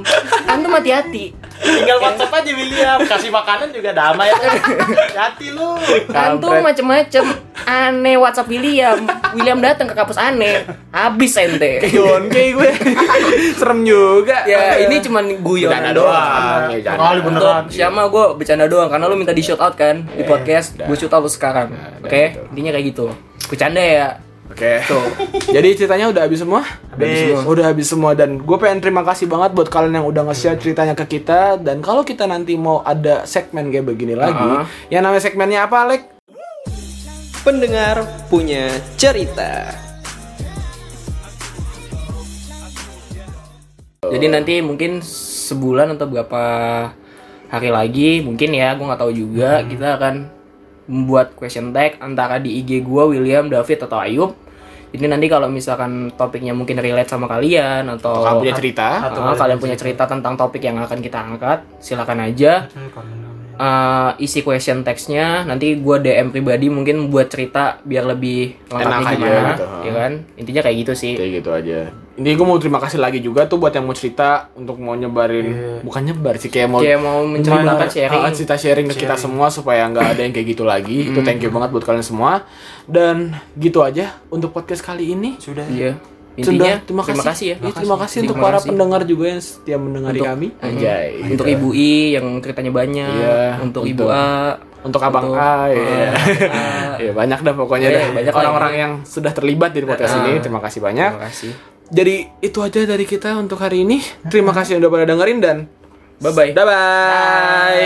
[SPEAKER 5] Antum hati-hati.
[SPEAKER 1] Tinggal WhatsApp aja William. Kasih makanan juga damai. Hati lu.
[SPEAKER 5] Antum macem-macem. Aneh WhatsApp William. William datang ke kampus aneh. Habis ente.
[SPEAKER 6] Jon kayak gue. Serem juga.
[SPEAKER 4] ya ini cuman guyonan doang.
[SPEAKER 1] Kali beneran.
[SPEAKER 4] Untuk siapa gue bercanda doang karena lu minta di shoot out kan di podcast, gue shoot out sekarang.
[SPEAKER 6] udah,
[SPEAKER 4] Oke,
[SPEAKER 6] gitu.
[SPEAKER 4] intinya kayak gitu. Bercanda ya.
[SPEAKER 6] Oke. Jadi ceritanya udah habis semua?
[SPEAKER 1] Habis.
[SPEAKER 6] Udah habis semua dan gue pengen terima kasih banget buat kalian yang udah nge-share ceritanya ke kita dan kalau kita nanti mau ada segmen kayak begini lagi, yang namanya segmennya apa, Alek?
[SPEAKER 7] pendengar punya cerita.
[SPEAKER 4] Jadi nanti mungkin sebulan atau berapa hari lagi mungkin ya gue nggak tahu
[SPEAKER 6] Hmm.
[SPEAKER 4] juga kita akan membuat question tag antara di IG gue William, David atau Ayub. Jadi nanti kalau misalkan topiknya mungkin relate sama kalian atau
[SPEAKER 6] Kamu punya cerita?
[SPEAKER 4] Ah, kalian punya cerita tentang topik yang akan kita angkat, silakan aja
[SPEAKER 1] Hmm,
[SPEAKER 4] Eh, isi question teksnya nanti gue DM pribadi mungkin buat cerita biar lebih lengkapnya
[SPEAKER 6] Enak aja
[SPEAKER 4] gimana,
[SPEAKER 6] gitu,
[SPEAKER 4] ya kan? Intinya kayak gitu sih.
[SPEAKER 6] Kayak gitu aja. Ini gue mau terima kasih lagi juga tuh buat yang mau cerita untuk mau nyebarin, bukan nyebar sih Iya. kayak mau
[SPEAKER 4] Kayak mau menceritakan sharing.
[SPEAKER 6] Ah, cerita sharing ke kita semua supaya nggak ada yang kayak gitu lagi. <clears throat> Itu thank you banget buat kalian semua. Dan gitu aja untuk podcast kali ini.
[SPEAKER 1] Sudah.
[SPEAKER 4] Iya.
[SPEAKER 6] Intinya,
[SPEAKER 4] Intinya
[SPEAKER 6] terima kasih,
[SPEAKER 4] ya.
[SPEAKER 6] Iya, terima kasih, untuk para pendengar juga yang setia mendengari
[SPEAKER 4] Untuk-
[SPEAKER 6] kami.
[SPEAKER 4] Mm. Untuk Ibu I yang ceritanya banyak,
[SPEAKER 6] Iya,
[SPEAKER 4] untuk Ibu
[SPEAKER 6] untuk-
[SPEAKER 4] A,
[SPEAKER 6] untuk Abang
[SPEAKER 4] untuk-
[SPEAKER 6] A, iya.
[SPEAKER 4] A.
[SPEAKER 6] <laughs> Iya, banyak dah pokoknya
[SPEAKER 4] Iya,
[SPEAKER 6] dah.
[SPEAKER 4] banyak
[SPEAKER 6] orang-orang
[SPEAKER 4] lagi.
[SPEAKER 6] yang sudah terlibat di podcast
[SPEAKER 4] Ah.
[SPEAKER 6] ini. Terima kasih banyak.
[SPEAKER 4] terima kasih.
[SPEAKER 6] Jadi itu aja dari kita untuk hari ini. Terima kasih udah pada dengerin dan
[SPEAKER 4] Bye bye.
[SPEAKER 6] bye bye.